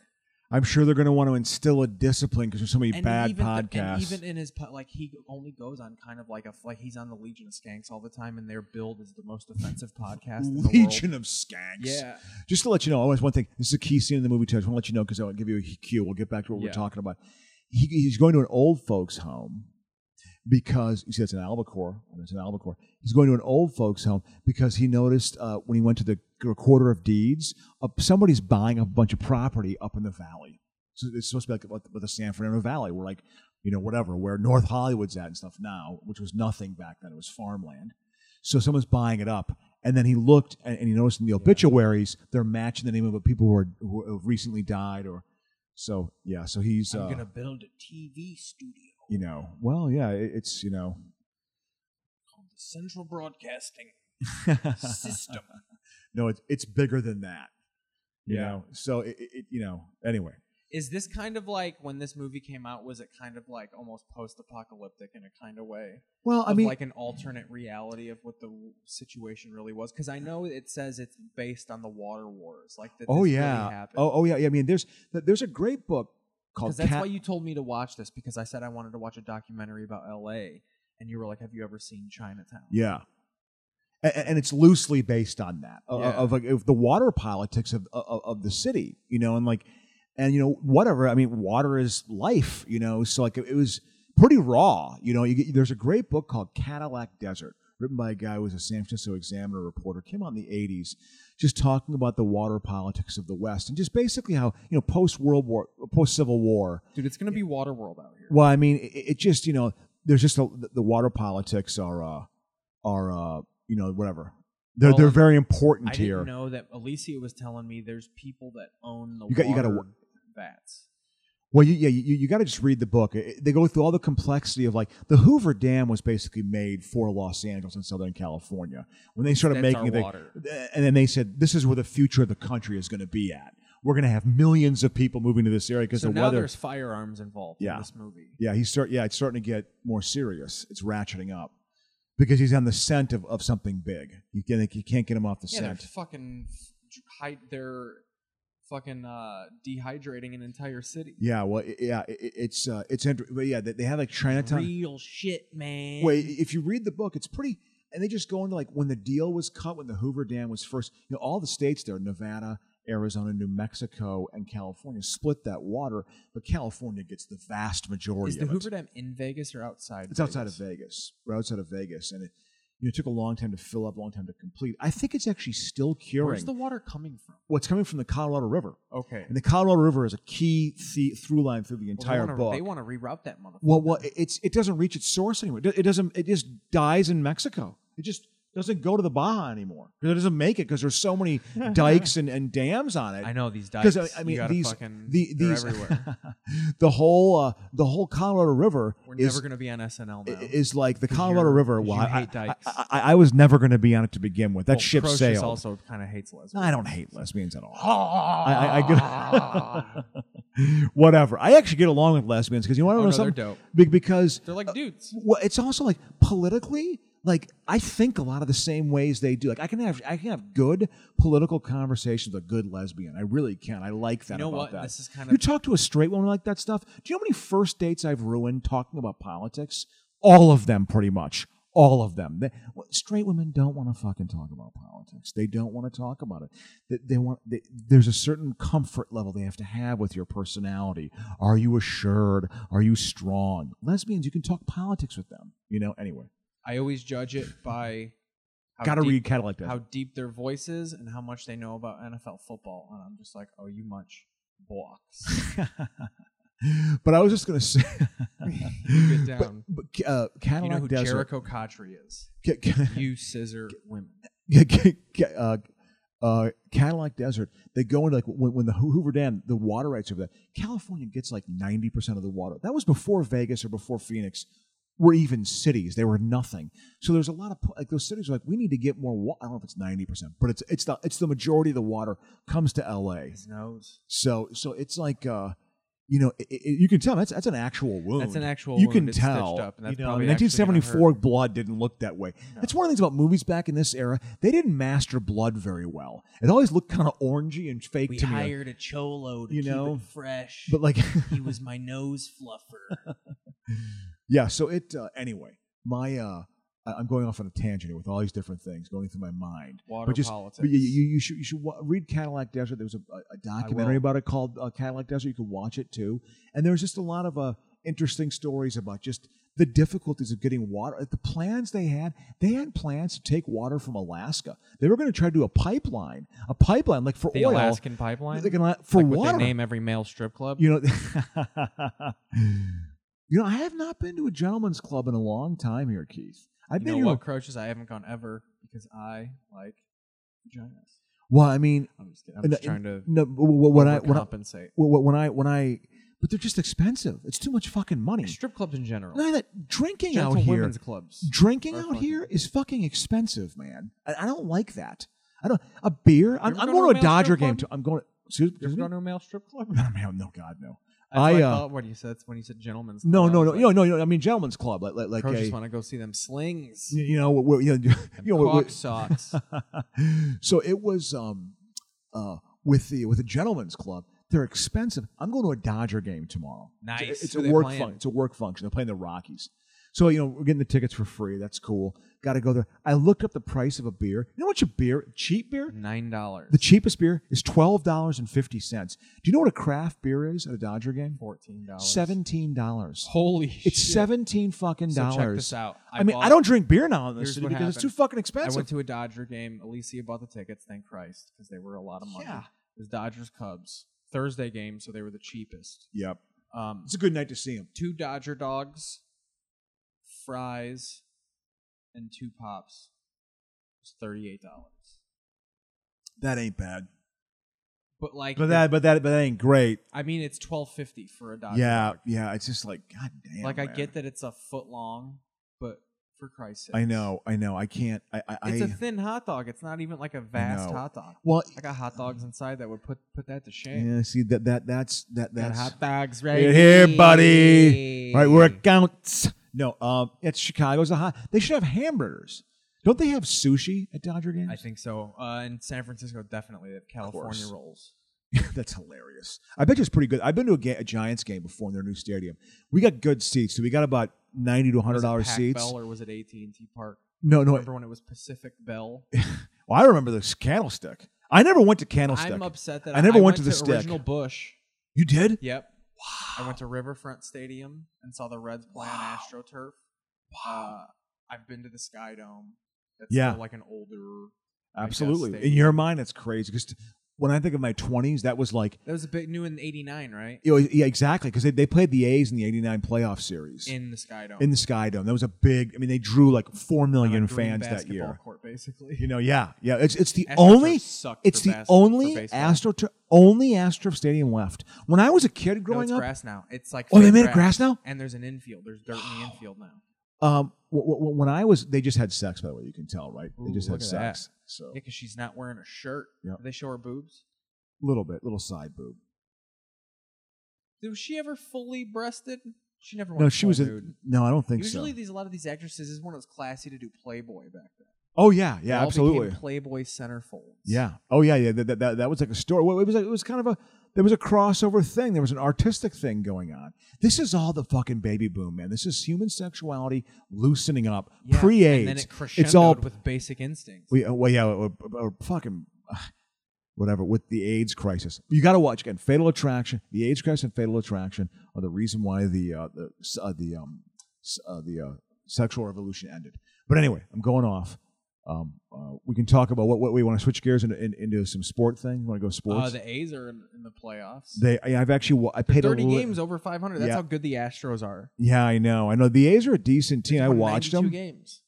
I'm sure they're going to want to instill a discipline because there's so many
And
bad
even the-
podcasts.
and even in his po- like he only goes on kind of like a like he's on the Legion of Skanks all the time, and their build is the most offensive podcast. in the world.
Legion of Skanks.
Yeah.
Just to let you know, always one thing. This is a key scene in the movie too. I just want to let you know because I'll give you a cue. We'll get back to what
Yeah.
we're talking about. He, he's going to an old folks' home because you see that's an albacore. And it's an albacore. He's going to an old folks' home because he noticed uh, when he went to the recorder of deeds, uh, somebody's buying a bunch of property up in the valley. So it's supposed to be like what- what the San Fernando Valley. We're like, you know, whatever, where North Hollywood's at and stuff now, which was nothing back then. It was farmland. So someone's buying it up. And then he looked and, and he noticed in the obituaries, they're matching the name of the people who, are, who have recently died or so. Yeah. So he's,
I'm
uh,
gonna build a TV studio.
you know, well, yeah, it, it's, you know,
called the Central Broadcasting System.
no, it's, it's bigger than that. You
Yeah.
know, so it, it, it- you know, anyway,
Is this kind of like when this movie came out? Was it kind of like almost post-apocalyptic in a kind of way?
well, I
Of
mean,
like an alternate reality of what the w- situation really was? Because I know it says it's based on the water wars. Like that.
oh
this
yeah.
Really happened.
oh, oh yeah. Yeah. I mean, there's, there's a great book called
because that's
Cat-
why you told me to watch this because I said I wanted to watch a documentary about L.A. and you were like, "Have you ever seen Chinatown?"
Yeah. A- a- And, it's loosely based on that o- o-
Yeah.
of like of the water politics of, of of the city, you know, and like, and you know, whatever. I mean, water is life, you know. So like, it, it was pretty raw, you know. You get, there's a great book called Cadillac Desert, written by a guy who was a San Francisco Examiner reporter, came out in the '80s, just talking about the water politics of the West and just basically how you know post World War, post Civil War,
Dude, it's gonna be Waterworld out here. here.
Well, I mean, it, it just you know, there's just a, the water politics are uh, are uh, you know whatever. They're
Well,
they're very important
I
here.
didn't know that Alicia was telling me there's people that own the
You got- you gotta
water vats.
Well, you, yeah, you, you got to just read the book. It- they go through all the complexity of like the Hoover Dam was basically made for Los Angeles and Southern California. When they started
That's
making
our
it, they-
water.
and then they said, "This is where the future of the country is going to be at. We're going to have millions of people moving to this area because
So
the
now
weather."
there's firearms involved
Yeah.
in this movie.
Yeah, he's start. Yeah, it's starting to get more serious. It's ratcheting up because he's on the scent of, of something big. You can you can't get him off the
Yeah, they're
scent.
fucking hide. They're fucking uh, dehydrating an entire city.
Yeah, well, i- yeah, i- i it's uh, it's inter- but yeah, they, they have like Chinatown.
Real shit, man.
Wait, if you read the book, it's pretty. And they just go into like when the deal was cut, when the Hoover Dam was first, you know, all the states there, Nevada, Arizona, New Mexico, and California split that water, but California gets the vast majority
is the
of
Hoover
it.
Dam in Vegas or outside?
Oh, It's outside of Vegas, right outside of Vegas. And it, you know, it took a long time to fill up, long time to complete. I think it's actually still
Where's
curing
the water coming from?
what's coming from the Colorado River.
Okay,
And the Colorado River is a key th- through line through the
Well, they
entire
wanna-
book.
They want to reroute that motherfucker.
Well, well, it- it's it doesn't reach its source anymore. It do- It doesn't. It just dies in Mexico. It just doesn't go to the Baja anymore. It doesn't make it because there's so many dikes and, and dams on
I
it.
know these dikes.
Because uh, I, I mean, these
fucking,
the,
they're
these
everywhere.
the whole uh, the whole Colorado River
We're
is
never gonna be on SNL
i-
now.
is like the
'Cause
Colorado
you're-
River.
'cause
Well,
you
I, I-
hate dikes.
I, I, I was never going to be on it to begin with. That
Well,
ship
Croesus
sailed.
also kind of hates lesbians.
No, I don't hate lesbians at all.
I,
I- I get- Whatever. I actually get along with lesbians because you want to
oh,
know
no, they're
something?
dope.
Be- Because
They're like dudes.
well, it's also like politically, like I think a lot of the same ways they do. Like I can have I can have good political conversations with a good lesbian. I really can. I like that
You know
about
what?
that.
This is kind
you
of
talk to a straight woman like that stuff. Do you know how many first dates I've ruined talking about politics? All of them, pretty much. All of them. They, well, straight women don't want to fucking talk about politics. They don't want to talk about it. They, they want. They, there's a certain comfort level they have to have with your personality. Are you assured? Are you strong? Lesbians, you can talk politics with them. You know. Anyway,
I always judge it by how
gotta
deep,
read Cadillac. Death.
how deep their voice is and how much they know about NFL football. And I'm just like, oh, you much blocks.
but I was just gonna say.
Get down.
But, but uh,
you
Cadillac
know who
Desert.
Jericho Cotry is?
Ca- ca-
You scissor women.
Ca- ca- ca- uh, uh, Cadillac Desert, they go into like when, when the Hoo- Hoover Dam, the water rights over that, California gets like 90% of the water. That was before Vegas or before Phoenix were even cities. They were nothing. So there's a lot of pl- like those cities are like, we need to get more water. I don't know if it's 90%, but it's it's the, it's the majority of the water comes to LA.
His nose.
So so it's like, uh, you know, it, it- you can tell that's that's an actual wound.
That's an actual.
You
wound.
can
It's stitched
tell.
Up, and that's
you know, I
probably
mean,
actually gonna
1974
hurt.
blood didn't look that way. That's one of the things about movies back in this era. They didn't master blood very well. It always looked kind of orangey and fake
We
to me.
hired a cholo to
you
keep
know,
it fresh.
but like,
he was my nose fluffer.
yeah. So it uh, anyway. My uh, I- I'm going off on a tangent here with all these different things going through my mind.
Water
but just-
politics.
But you, you, you should you should wa- read Cadillac Desert. There was a, a- a documentary
will.
about it called uh, Cadillac Desert. You could watch it too. And there's just a lot of uh, interesting stories about just the difficulties of getting water. Like, The plans they had, they had plans to take water from Alaska. They were going to try to do a pipeline, a pipeline like for
the
oil,
Alaskan pipeline.
Like an Ala- for
like
water.
What they name every male strip club.
You know, you know, I have not been to a gentleman's club in a long time here, Keith. I've
You
been
know
here.
what crouches I haven't gone ever because I like vaginas.
Well, I mean,
I'm just kidding. I'm
And
just
the-
trying to
no, what, what I what I,
compensate.
Well, well, when I when I, but they're just expensive. It's too much fucking money.
Strip clubs in general.
Look at that drinking
Gentle
out here.
women's clubs.
Drinking
are
out
fucking-
here is fucking expensive, man. I, I don't like that. I don't a beer. I'm,
ever
I'm
go
going to a
to a male
Dodger
strip
game.
club?
Too. I'm going. Excuse,
You
excuse
ever
me.
gone to a male strip club?
No, man, no, God, no.
That's
I,
what
uh,
thought when you said that's when you said gentlemen's.
No,
club.
no,
I
no,
was
no,
like,
no, no. I mean, gentlemen's club, like like, like
Crow just
a,
want to go see them slings.
you know, where- where- you know,
and
you know, where-
cock socks.
so it was um, uh, with the with the gentleman's club. They're expensive. I'm going to a Dodger game tomorrow.
Nice.
It's, it's
Who
a
they
work
playing?
function. It's a work function. They're playing the Rockies. So you know we're getting the tickets for free. That's cool. Got to go there. I looked up the price of a beer. You know what? Your beer, cheap beer.
Nine dollars.
The cheapest beer is twelve dollars and fifty cents. Do you know what a craft beer is at a Dodger game?
Fourteen dollars.
Seventeen dollars.
Holy shit.
It's seventeen fucking
So
dollars.
check this out.
I, mean,
bought-
I don't drink beer now in
Here's
this city
what
because it's too
happened.
fucking
I
expensive.
went to a Dodger game. Alicia bought the tickets. Thank Christ, because they were a lot of money.
Yeah.
It was Dodgers Cubs Thursday game, so they were the cheapest.
yep.
Um,
It's a good night to see him.
two Dodger dogs, fries, and two pops. It's thirty eight dollars.
That ain't bad.
But like,
But that, but that, but that ain't great.
I mean, it's twelve fifty for a Dodger.
Yeah,
dog.
yeah. It's just like, god damn.
like I
man.
get that it's a foot long, but for Christ's sake,
I know, I know. I can't. I, I,
It's a
I-
thin hot dog. It's not even like a vast
know.
hot dog.
well,
I got hot dogs inside that would put put that to shame.
yeah. See that, that, that's that,
Got
that's
hot dogs right
You're here, buddy. All right, we're accounts. No, um, it's Chicago's a hot. They should have hamburgers. Don't they have sushi at Dodger games?
I think so. Uh, in San Francisco, definitely they have California
course.
rolls.
That's hilarious. I bet you it's pretty good. I've been to a, ga- a Giants game before in their new stadium. We got good seats. So we got about ninety to hundred
Was it
dollars
Pac
seats. Oh,
Bell or was it AT and T Park?
No, no.
Remember when it was Pacific Bell?
Well, I remember this Candlestick. I never went to Candlestick.
I'm upset that
I never went
went
to the stick.
original Bush.
you did?
Yep. I went to Riverfront Stadium and saw the Reds play
Wow.
on AstroTurf. Wow. Uh, I've been to the Sky Dome. That's
Yeah.
still like an older. guess
Absolutely.
they-
In your mind, it's crazy because when I think of my twenties, that was like,
That was a bit new in '89, right?
you know, yeah, exactly. Because they, they played the A's in the '89 playoff series.
In the Sky Dome.
in the Sky Dome. That was a big. I mean, they drew like four
On a
million
green
fans that
basketball
year.
Court, basically.
You know, yeah, yeah. It's it's the
AstroTurf
only
sucked
it's
for
the
bas- for
only
baseball.
Astro only Astro Stadium left. When I was a kid
No,
growing
it's
up,
grass now. It's like
oh, they
fake
made it grass now.
and there's an infield. There's dirt in the infield now.
Um, w- w- when I was, they just had sex. By the way, you can tell, right? they
Ooh,
just had
look at that.
sex. So
Yeah, because she's not wearing a shirt.
Yeah.
Do they show her boobs?
little bit, little side boob.
Was she ever fully breasted? She never.
No, she was a,
Nude.
no. I don't think
Usually,
so.
these a lot of these actresses is when it was classy to do Playboy back then.
Oh yeah,
They
yeah,
all became
absolutely.
Playboy centerfolds.
Yeah. Oh yeah, yeah. That, that, that, that was like a story. Well, it was like, it was kind of a there was a crossover thing. There was an artistic thing going on. This is all the fucking baby boom, man. This is human sexuality loosening up
Yeah,
pre-AIDS.
And then it crescendoed
it's all
with Basic Instinct.
we, uh, well, yeah, or, or fucking uh, whatever with the AIDS crisis. You got to watch again. Fatal Attraction, the AIDS crisis, and Fatal Attraction are the reason why the uh, the s- uh, the um s- uh, the uh, sexual revolution ended. But anyway, I'm going off. Um, uh, we can talk about what, what we want to switch gears into, in, into some sport thing. Want to go sports?
uh, the A's are in, in the playoffs.
they, I- I've actually, wa- I paid a
Thirty
li-
games over 500. That's
Yeah.
how good the Astros are.
Yeah, I know, I know. The A's are a decent team. I
Won
watched
92
them.
Games.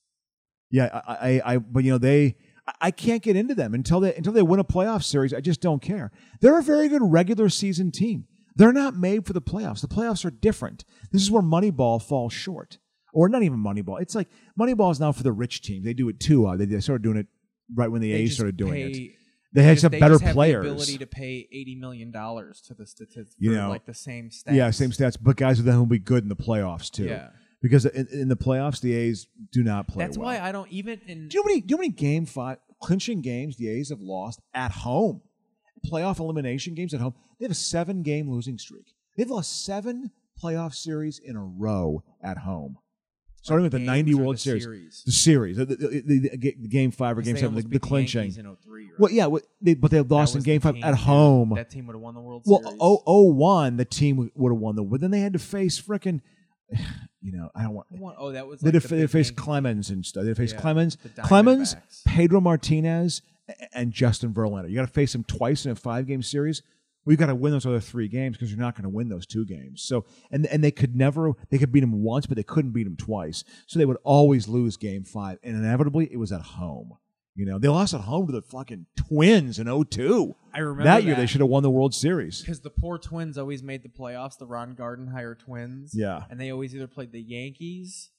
Yeah, I, I, I, but you know they, I- I can't get into them until they until they win a playoff series. I just don't care. They're a very good regular season team. They're not made for the playoffs. The playoffs are different. This is where Moneyball falls short, or not even Moneyball. It's like Moneyball is now for the rich team. They do it too. Uh, they, they started doing it right when the
They
A's
just
started doing
pay-
it. They had
just-
some
they
better
just have
players.
The ability to pay eighty million dollars to the statistics.
You
You
know,
know, like the same stats.
Yeah, same stats, but guys with them will be good in the playoffs too.
Yeah,
Because in, in the playoffs, the A's do not play
that's
well.
why I don't even in.
Do you know how many, do you know how many game five clinching games the A's have lost at home? Playoff elimination games at home. They have a seven game losing streak. They've lost seven playoff series in a row at home, starting with the
games
90
or
World
the
Series. The series, the, the, the- the- the game five or game
they
seven, the,
almost
the
beat
clinching.
Yankees in 03, right?
well, yeah, what, they, but they
That
lost in
was
game
the
five
team
at
that-
home.
That team would have won the World
Well,
Series.
oh, oh, 01, the team would have won the. But then they had to face frickin', you know, I don't want.
Won- oh, that was
They,
like
had to
the
fa- they
big
faced
Yankees,
Clemens and stuff. They faced
Yeah,
Clemens,
the
Clemens,
Diamondbacks.
Pedro Martinez a- and Justin Verlander. You got to face them twice in a five game series. We've got to win those other three games because you're not going to win those two games. So and and they could never they could beat them once, but they couldn't beat them twice. So they would always lose game five, and inevitably it was at home. You know they lost at home to the fucking Twins in 02.
I remember
That year they should have won the World Series.
because the poor Twins always made the playoffs. The Ron Gardenhire Twins.
Yeah,
and they always either played the Yankees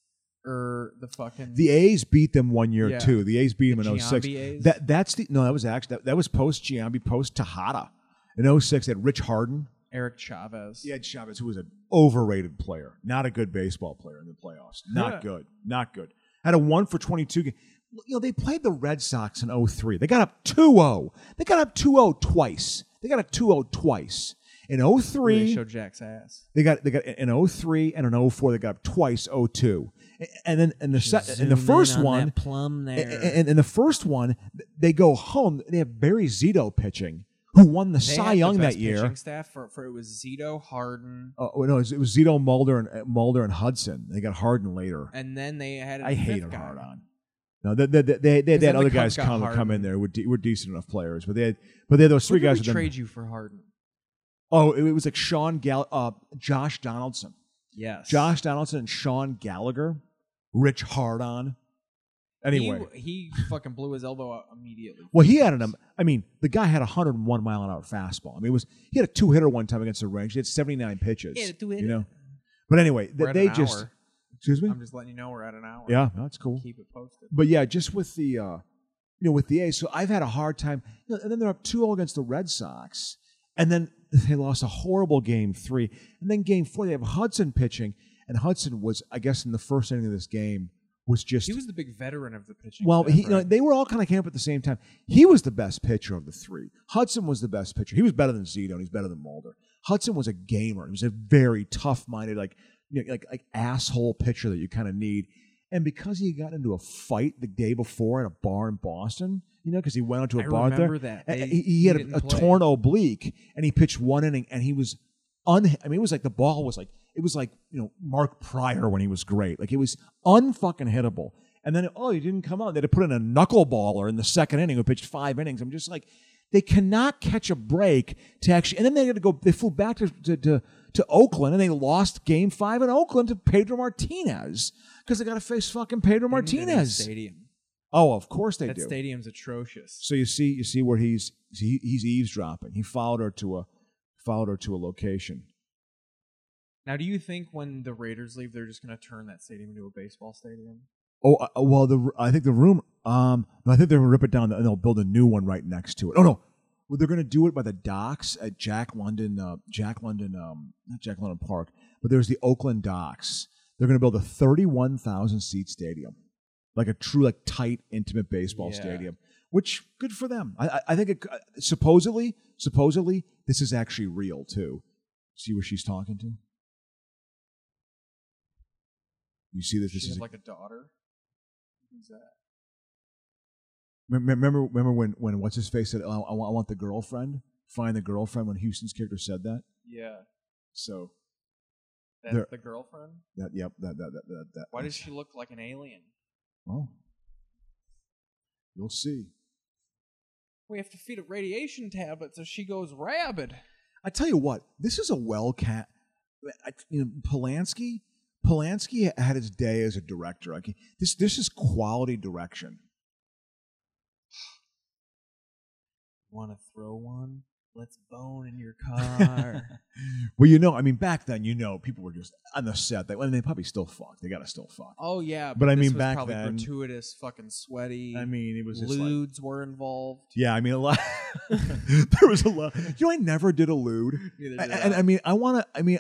or the fucking
the A's beat them one year
Yeah.
too. The A's beat them in 06.
Giambi A's.
That that's the no that was actually that, that was post Giambi post Tejada. In 06 they had Rich Harden.
Eric Chavez.
Ed Chavez, who was an overrated player, not a good baseball player in the playoffs. Not
Yeah.
good. Not good. Had a one for 22 game. You know, they played the Red Sox in 03. They got up 2 0. They got up 2 0 twice. They got up 2 0 twice. In
Where
03,
they showed Jack's ass.
they got they got an 03 and an 04. They got up twice 02. And then in the, se- in the
Zoom
first
on
one,
that plum there.
and, and, and the first one, th- they go home. They have Barry Zito pitching, who won the
They
Cy
had the
Young
best
that year.
pitching Staff for, for it was Zito Harden,
Uh, oh, no, it was, it was Zito Mulder and uh, Mulder and Hudson. They got Harden later.
and then they had. a
I hated
fifth guy.
Hardon. No, they they they, they, they had
then the
other guys
Cubs got
come come in
Harden.
there. Were de- were decent enough players, but they had but they had those
Who
three
did
guys.
we
with them-
trade you for Harden?
Oh, it was like Sean Gal, uh, Josh Donaldson,
Yes.
Josh Donaldson and Sean Gallagher, Rich Hardon. Anyway,
He, he fucking blew his elbow out immediately.
well, he had an. I mean, the guy had a 101 mile an hour fastball. I mean, it was he had a two hitter one time against the Rangers. He had 79 pitches.
Yeah, two hitter.
You know, but anyway, th-
We're at
they
an
just.
hour.
Excuse me.
I'm just letting you know we're at an hour.
yeah, that's cool.
Keep it posted.
But yeah, just with the uh, you know with the A's, so I've had a hard time. You know, and then they're up 2-0 against the Red Sox, and then they lost a horrible game three, and then game four they have Hudson pitching, and Hudson was I guess in the first inning of this game was just
He was the big veteran of the pitching.
well
staff,
he, you know,
right?
they were all kind of came up at the same time. He was the best pitcher of the three. Hudson was the best pitcher. He was better than Zito, and he's better than Mulder. Hudson was a gamer. He was a very tough minded like you know, like like asshole pitcher that you kind of need. And because he got into a fight the day before at a bar in Boston, you know, because he went out to a
I
bar there,
remember that.
and
They-
he, he had
didn't
a, a
play.
torn oblique, and he pitched one inning, and he was un. I mean, it was like the ball was like it was like you know Mark Pryor when he was great. Like it was unfucking hittable. And then oh, he didn't come out. They had to put in a knuckleballer in the second inning who pitched five innings. I'm just like, they cannot catch a break to actually. And then they had to go. They flew back to to to, to Oakland, and they lost Game Five in Oakland to Pedro Martinez because they got to face fucking Pedro
They need a new
Martinez.
Stadium.
Oh, of course they
That
do.
stadium's atrocious.
So you see, you see where he's he, he's eavesdropping. He followed her to a followed her to a location.
Now, do you think when the Raiders leave, they're just going to turn that stadium into a baseball stadium?
Oh uh, well, the I think the room. Um, no, I think they're gonna rip it down and they'll build a new one right next to it. Oh no, well, they're gonna do it by the docks at Jack London, uh, Jack London, um, not Jack London Park, but there's the Oakland docks. They're gonna build a thirty-one thousand seat stadium, like a true like tight intimate baseball
Yeah.
stadium. Which good for them. I I, I think it, uh, supposedly supposedly this is actually real too. See where she's talking to. You see that this
she
is
had
a-
like a daughter. Who's that?
Remember, remember, remember when when what's his face said, oh, I, want, "I want the girlfriend, find the girlfriend." When Houston's character said that,
Yeah,
so
that's
They're-
the girlfriend.
that yep, that that that that. that
Why does she look like an alien?
Well, you'll see.
We have to feed it radiation tablets, or she goes rabid.
I tell you what, this is a well cat. I- You know, Polanski, Polanski had his day as a director. Like this, this is quality direction.
Want to throw one? Let's bone in your car.
Well, you know, I mean, back then, you know, people were just on the set. They, well, they probably still fuck. They gotta still fuck.
oh yeah,
But I
this
mean,
was
back
probably
then-
gratuitous, fucking sweaty.
I mean, it was just like,
lewds were involved.
Yeah, I mean a lot. there was a lot. You know, I never did a lewd.
Neither
And,
did uh,
and I mean, I want to. I mean,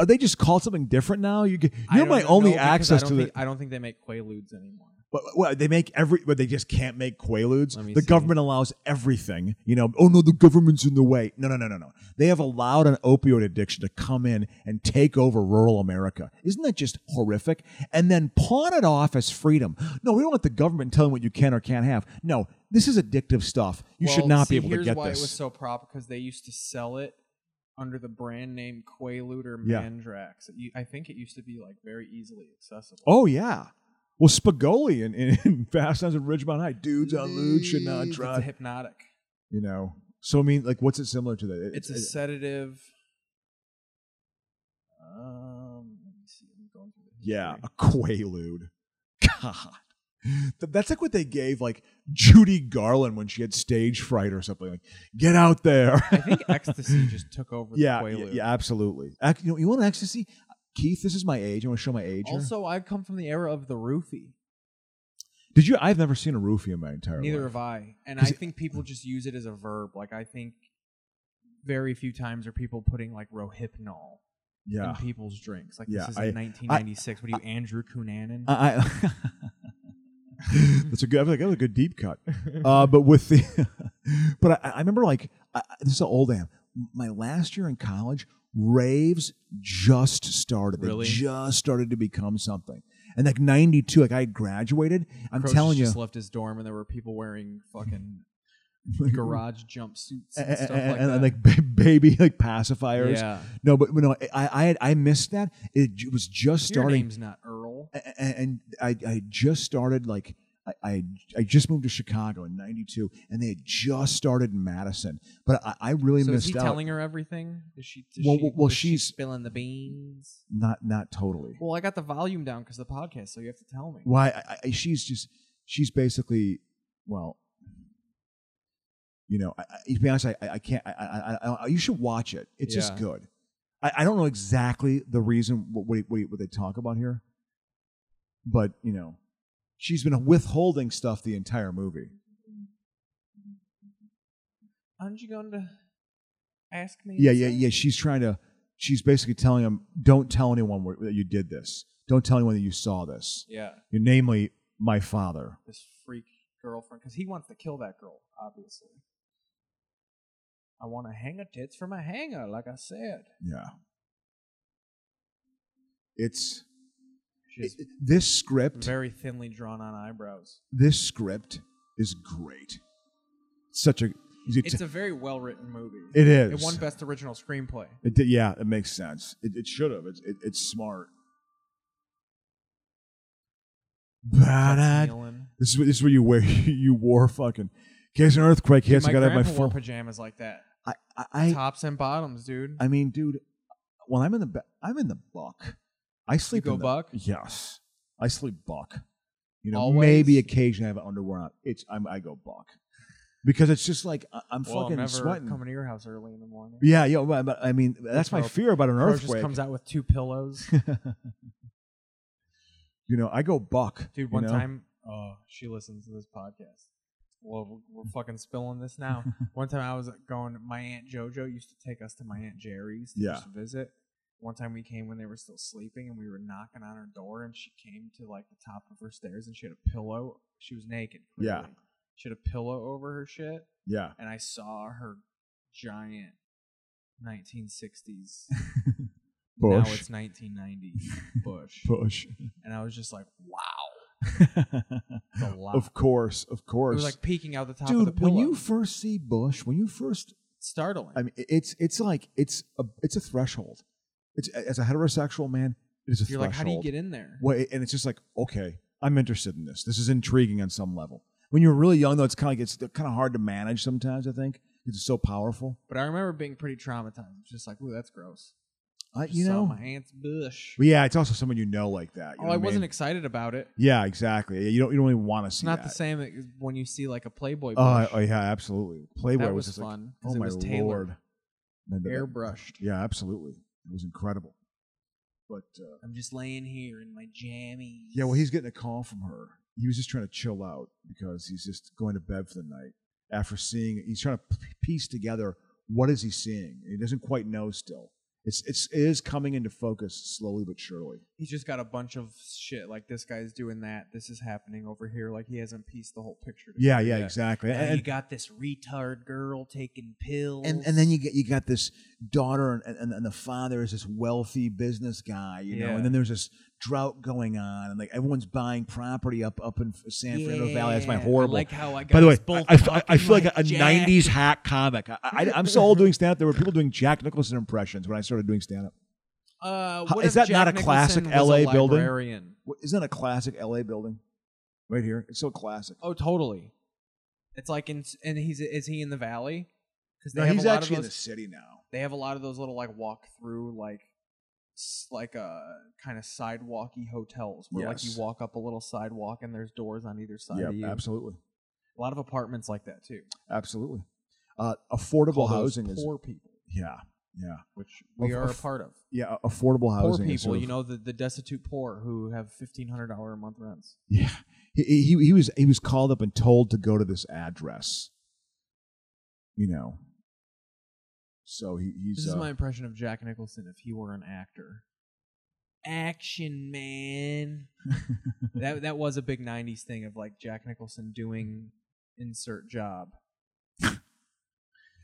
are they just called something different now? You get,
I
you're my
don't
only
know, because
access
I
to
don't
the.
think- I don't think they make quaaludes anymore.
Well, well, they make every, but they just can't make quaaludes.
Let me
The
see.
government allows everything. You know, oh no, the government's in the way. No, no, no, no, no. They have allowed an opioid addiction to come in and take over rural America. Isn't that just horrific? And then pawn it off as freedom. No, we don't want the government telling what you can or can't have. No, this is addictive stuff. You should
Well,
not
see,
be able to
here's
get
why
this.
it was so prop because they used to sell it under the brand name Quaalude or
Yeah.
Mandrax. It u- I think it used to be like very easily accessible.
Oh yeah. Well, Spagoli in, in, in Fast Times at Ridgemont High, dudes on lewd should not
It's
drive.
hypnotic.
You know. So I mean, like, what's it similar to that? It-
It's a
it-
sedative. Um, let me see. I'm going through the
yeah, a
history.
quaalude. God, Th- that's like what they gave like Judy Garland when she had stage fright or something. Like, get out there.
I think ecstasy just took over.
yeah,
the
yeah,
Quaalude.
yeah, absolutely. Ac- you, know, you want ecstasy, uh, Keith? This is my age. I want to show my age. here.
Also, I've come from the era of the roofie.
did you? I've never seen a roofie in my entire
Neither
life.
have I. And I
'Cause it-
think people just use it as a verb. Like I think very few times are people putting like rohypnol in
Yeah,
people's drinks. Like
Yeah,
this is
I- Uh,
in 1996. what are you, Andrew Cunanan?
I, I that's a good. I feel like that was a good deep cut. Uh, but with the, but I, I remember like I, I- this is an old am. My last year in college, raves just started.
Really?
They just started to become something. And like '92, like I had graduated. I'm
Croce
telling you,
just left his dorm and there were people wearing fucking garage jumpsuits and
and,
stuff like
and,
that.
and, like ba- baby like pacifiers.
yeah,
No, but no, I I had, I missed that. It j- was just
your
starting.
name's not Earl.
A- a- and I, I just started like I, I, I just moved to Chicago in '92, and they had just started in Madison. But I, I really
so is
missed
he
out.
telling her everything? Is she? Does
Well,
she
well, well,
does she
she's-
spilling the beans.
not not totally.
Well, I got the volume down because the podcast, so you have to tell me.
Why? I, I, she's just she's basically well, you know. I, I, to be honest, I, I I can't. I, I, I, I, you should watch it. It's just
Yeah.
good. I, I don't know exactly the reason what what, what what they talk about here, but you know, she's been withholding stuff the entire movie.
Aren't you going to ask me?
Yeah, yeah, yeah. She's trying to. She's basically telling him, "Don't tell anyone where- that you did this. Don't tell anyone that you saw this.
Yeah,
Namely, my father."
this freak girlfriend, because he wants to kill that girl, obviously. I want to hang her tits from a hanger, like I said.
Yeah. It's
She's
it- this script.
very thinly drawn on eyebrows.
this script is great. Such a. It's,
It's a very well written movie.
it is.
It won Best Original Screenplay.
It did- yeah, it makes sense. It, it should have. It's it, it's smart. Ah,
That's
This
Nealon.
is what- this is what you wear. You wore fucking. In case of an earthquake
Dude,
hits,
my
I gotta have my
grandpa wore
phone.
pajamas like that.
I I I,
Tops and bottoms, dude.
I mean, dude. When I'm in the ba- I'm in the buck. I sleep
go
in the,
buck?
Yes, I sleep buck. You know,
Always?
maybe occasionally I have underwear on. It's I'm, I go buck because it's just like I, I'm
well,
fucking
I'm never
sweating.
coming to your house early in the morning.
Yeah, yeah, but, but I mean, that's my
Pro-
fear about an
Bro just
earthquake.
comes out with two pillows.
you know, I go buck, you
Dude, one
know?
time, oh, she listens to this podcast. Well, we're- we're fucking spilling this now. one time I was going, my Aunt JoJo used to take us to my Aunt Jerry's to
Yeah.
just visit. One time we came when they were still sleeping and we were knocking on her door and she came to like the top of her stairs and she had a pillow. She was naked.
Yeah.
clearly. She had a pillow over her shit
Yeah,
and I saw her giant 1960s.
bush,
Now it's 1990 bush.
bush.
And I was just like, wow. It's a lot.
of course, of
It
course,
was like peeking out the top of the
dude.
pillow.
When you first see bush, when you first,
startling.
I mean, it's it's like it's a it's a threshold. It's as a heterosexual man, it is a
You're
threshold.
like, how do you get in there?
Well, it- and it's just like, okay, I'm interested in this. This is intriguing on some level. When you're really young, though, it's kind of it's kind of hard to manage sometimes. I think 'cause it's so powerful.
But I remember being pretty traumatized. Just like, ooh, that's gross.
I,
Just
you
saw
know,
my aunt's bush.
but yeah, it's also someone you know like that. you
oh,
know
I
what mean?
wasn't excited about it.
yeah, exactly. You don't you don't even want to
It's
see.
not
that.
the same as when you see like a Playboy.
Oh,
Bush.
I- oh, yeah, absolutely. Playboy
that
was
was,
just like,
fun. 'cause
oh
it
my
was tailored,
lord, Man, that- that-
airbrushed.
Yeah, absolutely. It was incredible. But uh,
I'm just laying here in my jammies.
yeah, well, he's getting a call from her. He was just trying to chill out because he's just going to bed for the night after seeing. He's trying to p- piece together what is he seeing. He doesn't quite know still. It's it's it is coming into focus slowly but surely.
He's just got a bunch of shit. Like this guy's doing that. This is happening over here. Like he hasn't pieced the whole picture.
Yeah,
together
yeah,
yet.
exactly.
Now you
And,
got this retard girl taking pills.
and and then you get you got this daughter and, and, and the father is this wealthy business guy, you know.
Yeah.
And then there's this drought going on, and like everyone's buying property up up in San Fernando Valley. That's my
Yeah, I
horrible.
like how I got
By the way,
us
I,
both
I, feel- I
talking
feel like a, a
Jack.
90s hack comic. I, I, am so old doing stand up. There were people doing Jack Nicholson impressions when I started doing stand up.
Uh,
How-
what
is
if
that
Jack
not a
Nicholson
classic
was
LA
a
building?
librarian?
Isn't that a classic LA building? Right here. It's so classic.
Oh, totally. It's like in and he's is he in the valley? Because
no, he's actually in
of
the
those,
city now.
they have a lot of those little like walk through like s- like uh kind of sidewalky hotels where like
Yes.
you walk up a little sidewalk and there's doors on either side of you.
Yeah, absolutely.
A lot of apartments like that too.
Absolutely. Uh, affordable
Call those
housing is.
poor people,
Yeah. Yeah.
which we
Of-
are a
of
part of.
Yeah. a- Affordable
Poor
housing.
people,
is sort
you
of-
know the, the destitute poor who have fifteen hundred dollar a month rents.
Yeah. He, he, he was he was called up and told to go to this address. You know. So he, he's.
This is
uh,
my impression of Jack Nicholson if he were an actor.
action man.
that that was a big '90s thing of like Jack Nicholson doing insert job.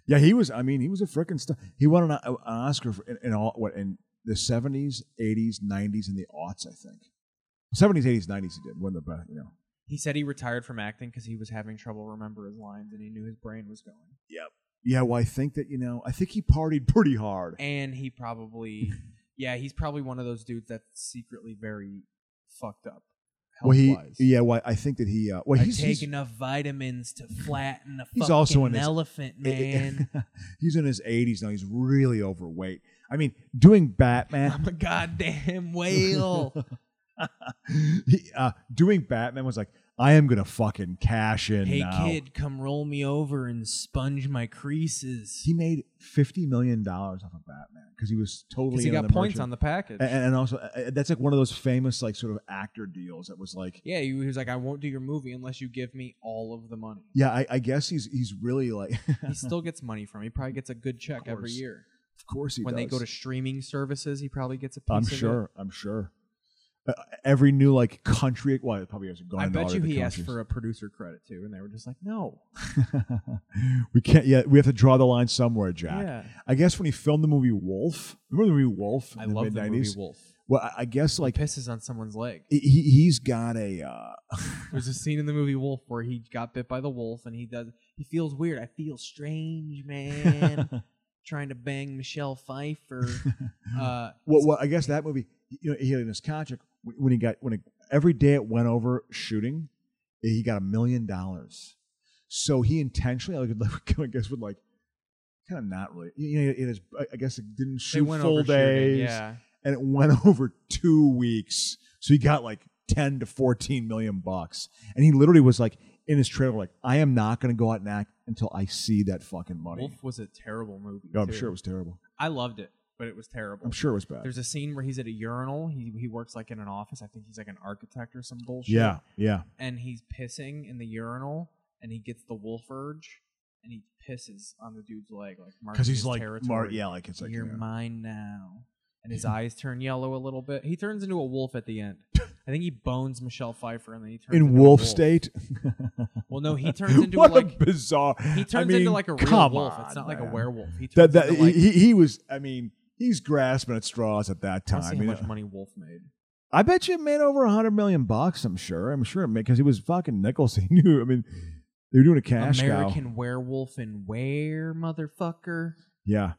Yeah, he was. I mean, he was a freaking star. He won an, an Oscar for, in, in all what in the seventies, eighties, nineties, and the aughts. I think seventies, eighties, nineties. He did win the best. You know.
He said he retired from acting because he was having trouble remember his lines and he knew his brain was going.
Yeah. Well, I think that you know. I think he partied pretty hard.
And he probably, yeah, he's probably one of those dudes that's secretly very fucked up.
Well, he,
health-wise.
yeah, well, I think that he, uh, well,
I
he's,
take
he's,
enough vitamins to flatten a
He's
fucking
also in his-
elephant, man.
he's in his 80s now. He's really overweight. I mean, doing Batman,
I'm a goddamn whale.
he, uh, doing Batman was like, I am going to fucking cash in
hey
now.
kid, come roll me over and sponge my creases.
He made $50 million off of Batman because he was totally
Because he
in
got
the
points
merchant-
on the package.
and, and also uh, uh, that's like one of those famous like sort of actor deals that was like
yeah, he was like, I won't do your movie unless you give me all of the money.
yeah i, I guess he's he's really like
He still gets money from. it. He probably gets a good check every
course.
year.
of course he
when they
does.
go to streaming services, he probably gets a piece
i'm
of it.
sure i'm sure uh, every new like country well it probably hasn't gone
I
into all
bet you
the
he asked for
countries.
a producer credit too, and they were just like, "No,
we can't yeah we have to draw the line somewhere jack
yeah."
i guess when he filmed the movie wolf remember the movie wolf in
I
the
love the movie
mid-90s
Wolf.
well I- i guess like
Pisses on someone's leg.
he, he- he's got a uh
There's a scene in the movie Wolf where he got bit by the wolf, and he does.
He feels weird. I feel strange, man. Trying to bang Michelle Pfeiffer.
Uh,
Well, well, I guess that movie, you know, he had in his contract wh- when he got when it, every day it went over shooting, eh, he got a million dollars. So he intentionally, like, I guess, would like kind of not really, you know, it is. I- I guess it didn't
they
shoot
went
full
over
days,
shooting, Yeah,
and it went over two weeks. So he got like ten to fourteen million bucks, and he literally was like in his trailer, like, I am not going to go out and act until I see that fucking money.
Wolf was a terrible movie.
Oh, I'm
too.
sure it was terrible.
I loved it, but it was terrible.
I'm sure it was bad.
There's a scene where he's at a urinal. He he works like in an office. I think he's like an architect or some bullshit.
yeah, yeah.
and he's pissing in the urinal, and he gets the wolf urge, and he pisses on the dude's leg, like marking
because he's
his
like
territory.
Mar- yeah, like it's like
You're
yeah.
mine now. And his eyes turn yellow a little bit. He turns into a wolf at the end. I think he bones Michelle Pfeiffer, and then he turns
in
into a
wolf,
wolf
state.
Well, no, he turns into
what
like
a bizarre.
he turns into like a real
come
wolf.
On,
it's not like a
man.
werewolf. He
That,
turns
that
into like.
he, he was. I mean, he's grasping at straws at that
I don't
time.
see how
you
much
know.
money Wolf made.
I bet you it made over a hundred million bucks. I'm sure. I'm sure it made because he was fucking nickels. He knew. I mean, they were doing a cash cow.
American werewolf and where motherfucker.
Yeah.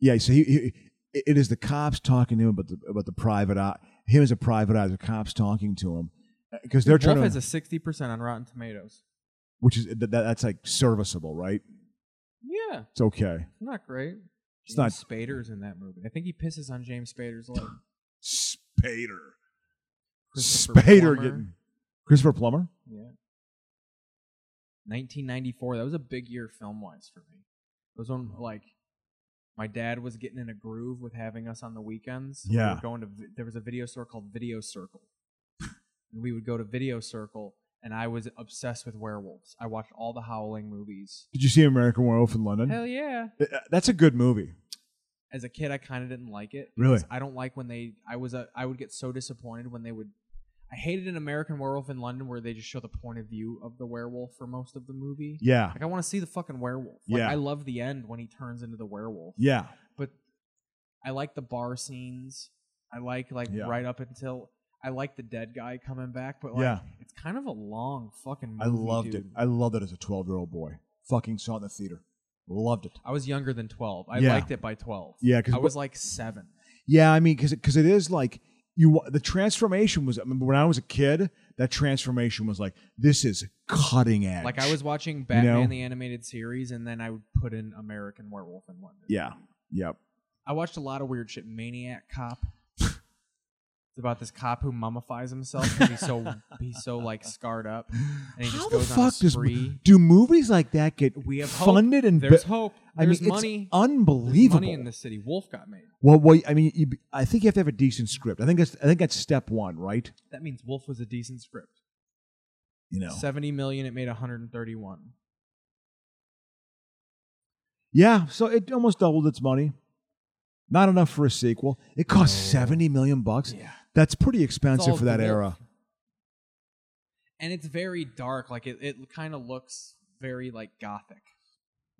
Yeah. So he, he it is the cops talking to him about the about the private eye. Him as a private eye. The cops talking to him because they're
Wolf
trying to.
has a sixty percent on Rotten Tomatoes.
which is that, that- that's like serviceable, right?
Yeah,
It's okay.
not great.
It's not-
James Spader's in that movie. I think he pisses on James Spader's leg.
Spader,
Christopher
Spader
Plummer.
getting Christopher Plummer.
Yeah. 1994. That was a big year film wise for me. It was when like my dad was getting in a groove with having us on the weekends. We
Yeah.
were going to vi- there was a video store called Video Circle, and we would go to Video Circle, and I was obsessed with werewolves. I watched all the Howling movies.
Did you see American Werewolf in London?
Hell yeah!
Uh, That's a good movie.
As a kid, I kind of didn't like it.
Really?
because I don't like when they. I was. A, I would get so disappointed when they would. I hated an American Werewolf in London where they just show the point of view of the werewolf for most of the movie.
Yeah,
Like I want to see the fucking werewolf. Like
Yeah.
I love the end when he turns into the werewolf.
yeah.
But I like the bar scenes. I like like
Yeah.
right up until I like the dead guy coming back, but like
Yeah.
it's kind of a long fucking movie.
I loved it.
dude.
I loved it as a twelve-year-old boy. Fucking saw it in the theater. Loved it.
I was younger than 12. I
Yeah.
liked it by 12.
Yeah, 'cause
I
wh-
was like 7.
Yeah, I mean, because because it is like you. wa- The transformation was. I mean, when I was a kid, that transformation was like this is cutting edge.
Like I was watching Batman
know?
the animated series and then I would put in American Werewolf in London.
Yeah. Yep.
I watched a lot of weird shit. Maniac Cop. it's about this cop who mummifies himself because he's so he's so like scarred up, and he
How
just
the
goes on a
fuck does
spree.
do movies like that get
We have hope.
funded and
There's
bu-
hope.
I
There's
mean,
money.
it's
There's
unbelievable.
money in this city. Wolf got made.
Well, well, I mean, you, I think you have to have a decent script. I think that's I think that's step one, right?
That means Wolf was a decent script.
You know.
Seventy million. It made 131.
Yeah. So it almost doubled its money. Not enough for a sequel. It cost
No.
seventy million bucks.
Yeah.
That's pretty
It's all
expensive for that
Wolf.
era.
And it's very dark. Like it, it kind of looks very like gothic.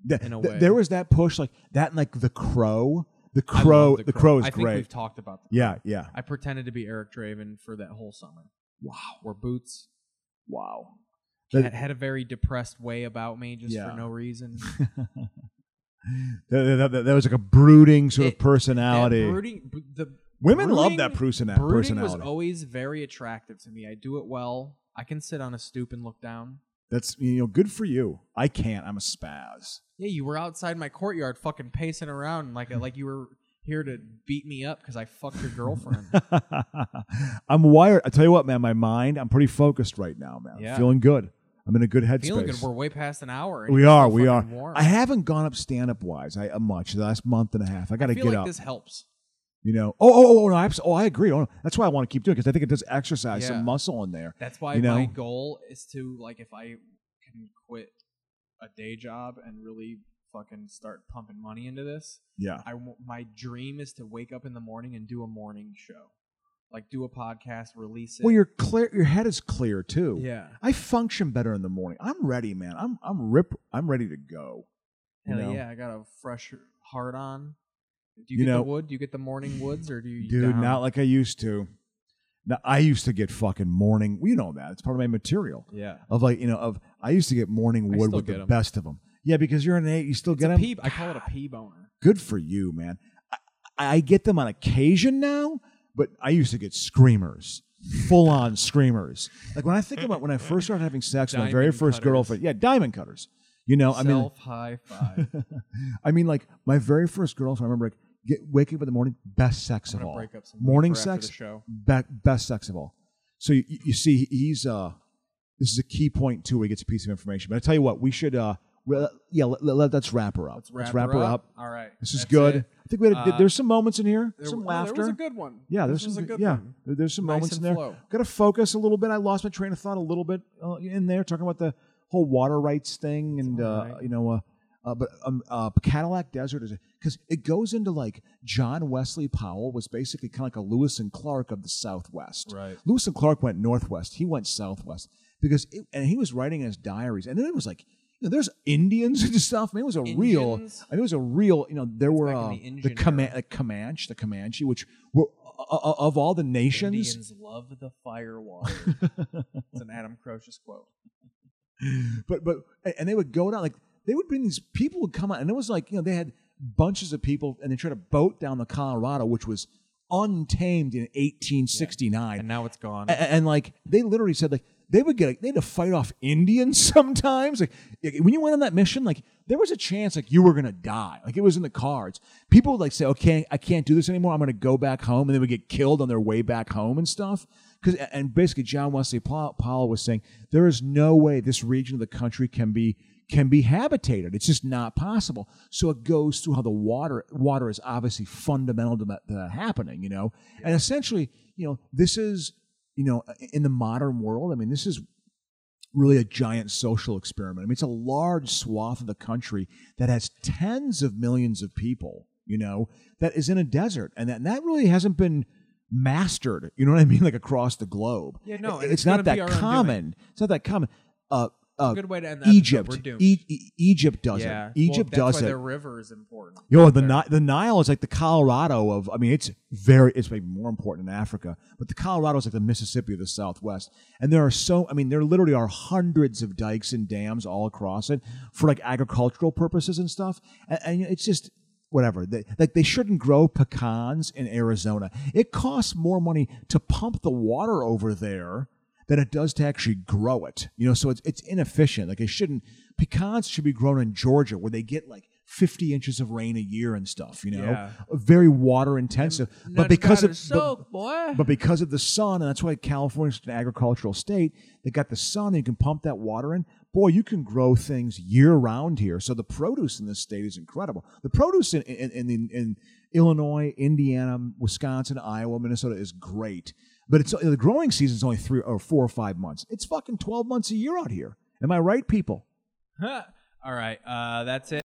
Th-
In a
th-
way.
there was that push, like that, and like the Crow. The Crow. The, Crow is
I think
great.
we've talked about. The
Yeah. Yeah.
I pretended to be Eric Draven for that whole summer.
Wow.
Wore boots.
Wow.
had,
That,
had a very depressed way about me just
Yeah.
for no reason.
that, that- that- that was like a brooding sort
It-
of
That
personality.
brooding, b- the
Women love
Brooding-
that Prusin
Brooding was
personality.
always very attractive to me. I do it well. I can sit on a stoop and look down.
That's you know good for you. I can't. I'm a spaz.
Yeah, you were outside my courtyard, fucking pacing around like
Mm.
like you were here to beat me up because I fucked your girlfriend.
I'm wired. I tell you what, man. My mind. I'm pretty focused right now, man.
Yeah.
I'm feeling good. I'm in a good headspace.
Feeling good. We're way past an hour. and
We
you're
are.
still
We are.
fucking warm.
I haven't gone up stand up wise. I uh, much the last month and a half. I got to
I
get
feel like
up.
this helps.
you know. Oh, oh, oh, no, I, abs- oh, I agree. Oh, no. That's why I want to keep doing because I think it does exercise
Yeah.
some muscle in there.
That's why
You
my
know?
goal is to like if I can quit a day job and really fucking start pumping money into this.
Yeah.
I w- my dream is to wake up in the morning and do a morning show, like do a podcast, release it.
Well, your clear. Your head is clear too.
yeah.
I function better in the morning. I'm ready, man. I'm I'm rip. I'm ready to go. You
Hell
know?
yeah, I got a fresh heart on. Do you,
You
get
know-
the wood? Do you get the morning woods, or do you?
dude.
down?
Not like I used to. Now I used to get fucking morning. You know that it's part of my material
yeah.
of like you know of I used to get morning
I
wood
still
with
get
the
'em.
best of them. Yeah, because you're an eight, you still
It's
get
a
them.
pee- I call it a pee boner.
Good for you, man. I, I get them on occasion now, but I used to get screamers, full on screamers. Like when I think about when I first started having sex with my very
Diamond
first
cutters.
girlfriend. Yeah, diamond cutters. You know, I mean,
Self high five.
I mean, like my very first girlfriend. I remember like get, waking up in the morning, best sex
I'm
of
gonna
all.
break up some
morning
paper after
sex,
the show.
be- best sex of all. So you, you see, he's uh, this is a key point too. Where he gets a piece of information. But I tell you what, we should uh, well, yeah, let, let, us wrap her up.
Let's wrap,
her, up.
All right.
This is
that's
good.
it.
I think we had a,
Uh,
there's some moments in here,
There,
some
w- oh,
laughter.
There was a good one.
yeah, there's
this was
some,
a good
yeah,
one.
there- there's some
Nice
moments
and
in there.
flow.
Got to focus a little bit. I lost my train of thought a little bit uh, in there, talking about the whole water rights thing, and
all
uh,
right.
you know, uh, uh, but um, uh, Cadillac Desert is because it goes into like John Wesley Powell was basically kind of like a Lewis and Clark of the Southwest.
Right.
Lewis and Clark went northwest. He went southwest because, it, and he was writing in his diaries, and then it was like. You know, there's Indians and stuff. I mean, it was a real.
Indians?
I mean, it was a real. You know, there were
back in
uh,
the
the,
Indian
Coma-
era.
the Comanche, the Comanche, which were uh, uh, of all the nations.
Indians love the firewater. it's an Adam Croce's quote.
but but and they would go down like they would bring these people would come out and it was like you know they had bunches of people and they tried to boat down the Colorado which was untamed in 1869
And now it's gone.
A- a- and, like they literally said like they would get like, they had to fight off Indians sometimes like like, when you went on that mission like there was a chance like you were gonna die like it was in the cards people would like say okay I can't do this anymore I'm gonna go back home and they would get killed on their way back home and stuff because and basically John Wesley Pow- Powell was saying there is no way this region of the country can be can be habitated. It's just not possible. So it goes through how the water water is obviously fundamental to that, to that happening, you know. And essentially, you know, this is you know in the modern world. I mean, this is really a giant social experiment. I mean, it's a large swath of the country that has tens of millions of people, you know, that is in a desert, and that, and that really hasn't been mastered. You know what I mean? Like across the globe.
Yeah, no,
It-
and
it's,
it's
not
gonna be
that
our undoing.
common. It's not that common. Uh, uh,
good way to end that.
Egypt,
We're doomed.
E- E- Egypt does
yeah.
it. Egypt
well, that's
does
why
it.
The river is important.
Yo, the
There.
Ni- the Nile is like the Colorado of. I mean, it's very. It's maybe more important in Africa, but the Colorado is like the Mississippi of the Southwest. And there are so. I mean, there literally are hundreds of dikes and dams all across it for like agricultural purposes and stuff. And, and it's just whatever. They, like they shouldn't grow pecans in Arizona. It costs more money to pump the water over there than it does to actually grow it. You know, so it's it's inefficient. Like it shouldn't. Pecans should be grown in Georgia, where they get like 50 inches of rain a year and stuff. You know,
Yeah.
very water intensive. But because of but,
soak, boy.
but because of the sun, and that's why California's an agricultural state. They got the sun, and you can pump that water in. Boy, you can grow things year round here. So the produce in this state is incredible. The produce in in, in, in, in Illinois, Indiana, Wisconsin, Iowa, Minnesota is great. But it's the growing season is only three or four or five months. It's fucking twelve months a year out here. Am I right, people?
All right. Uh, that's it.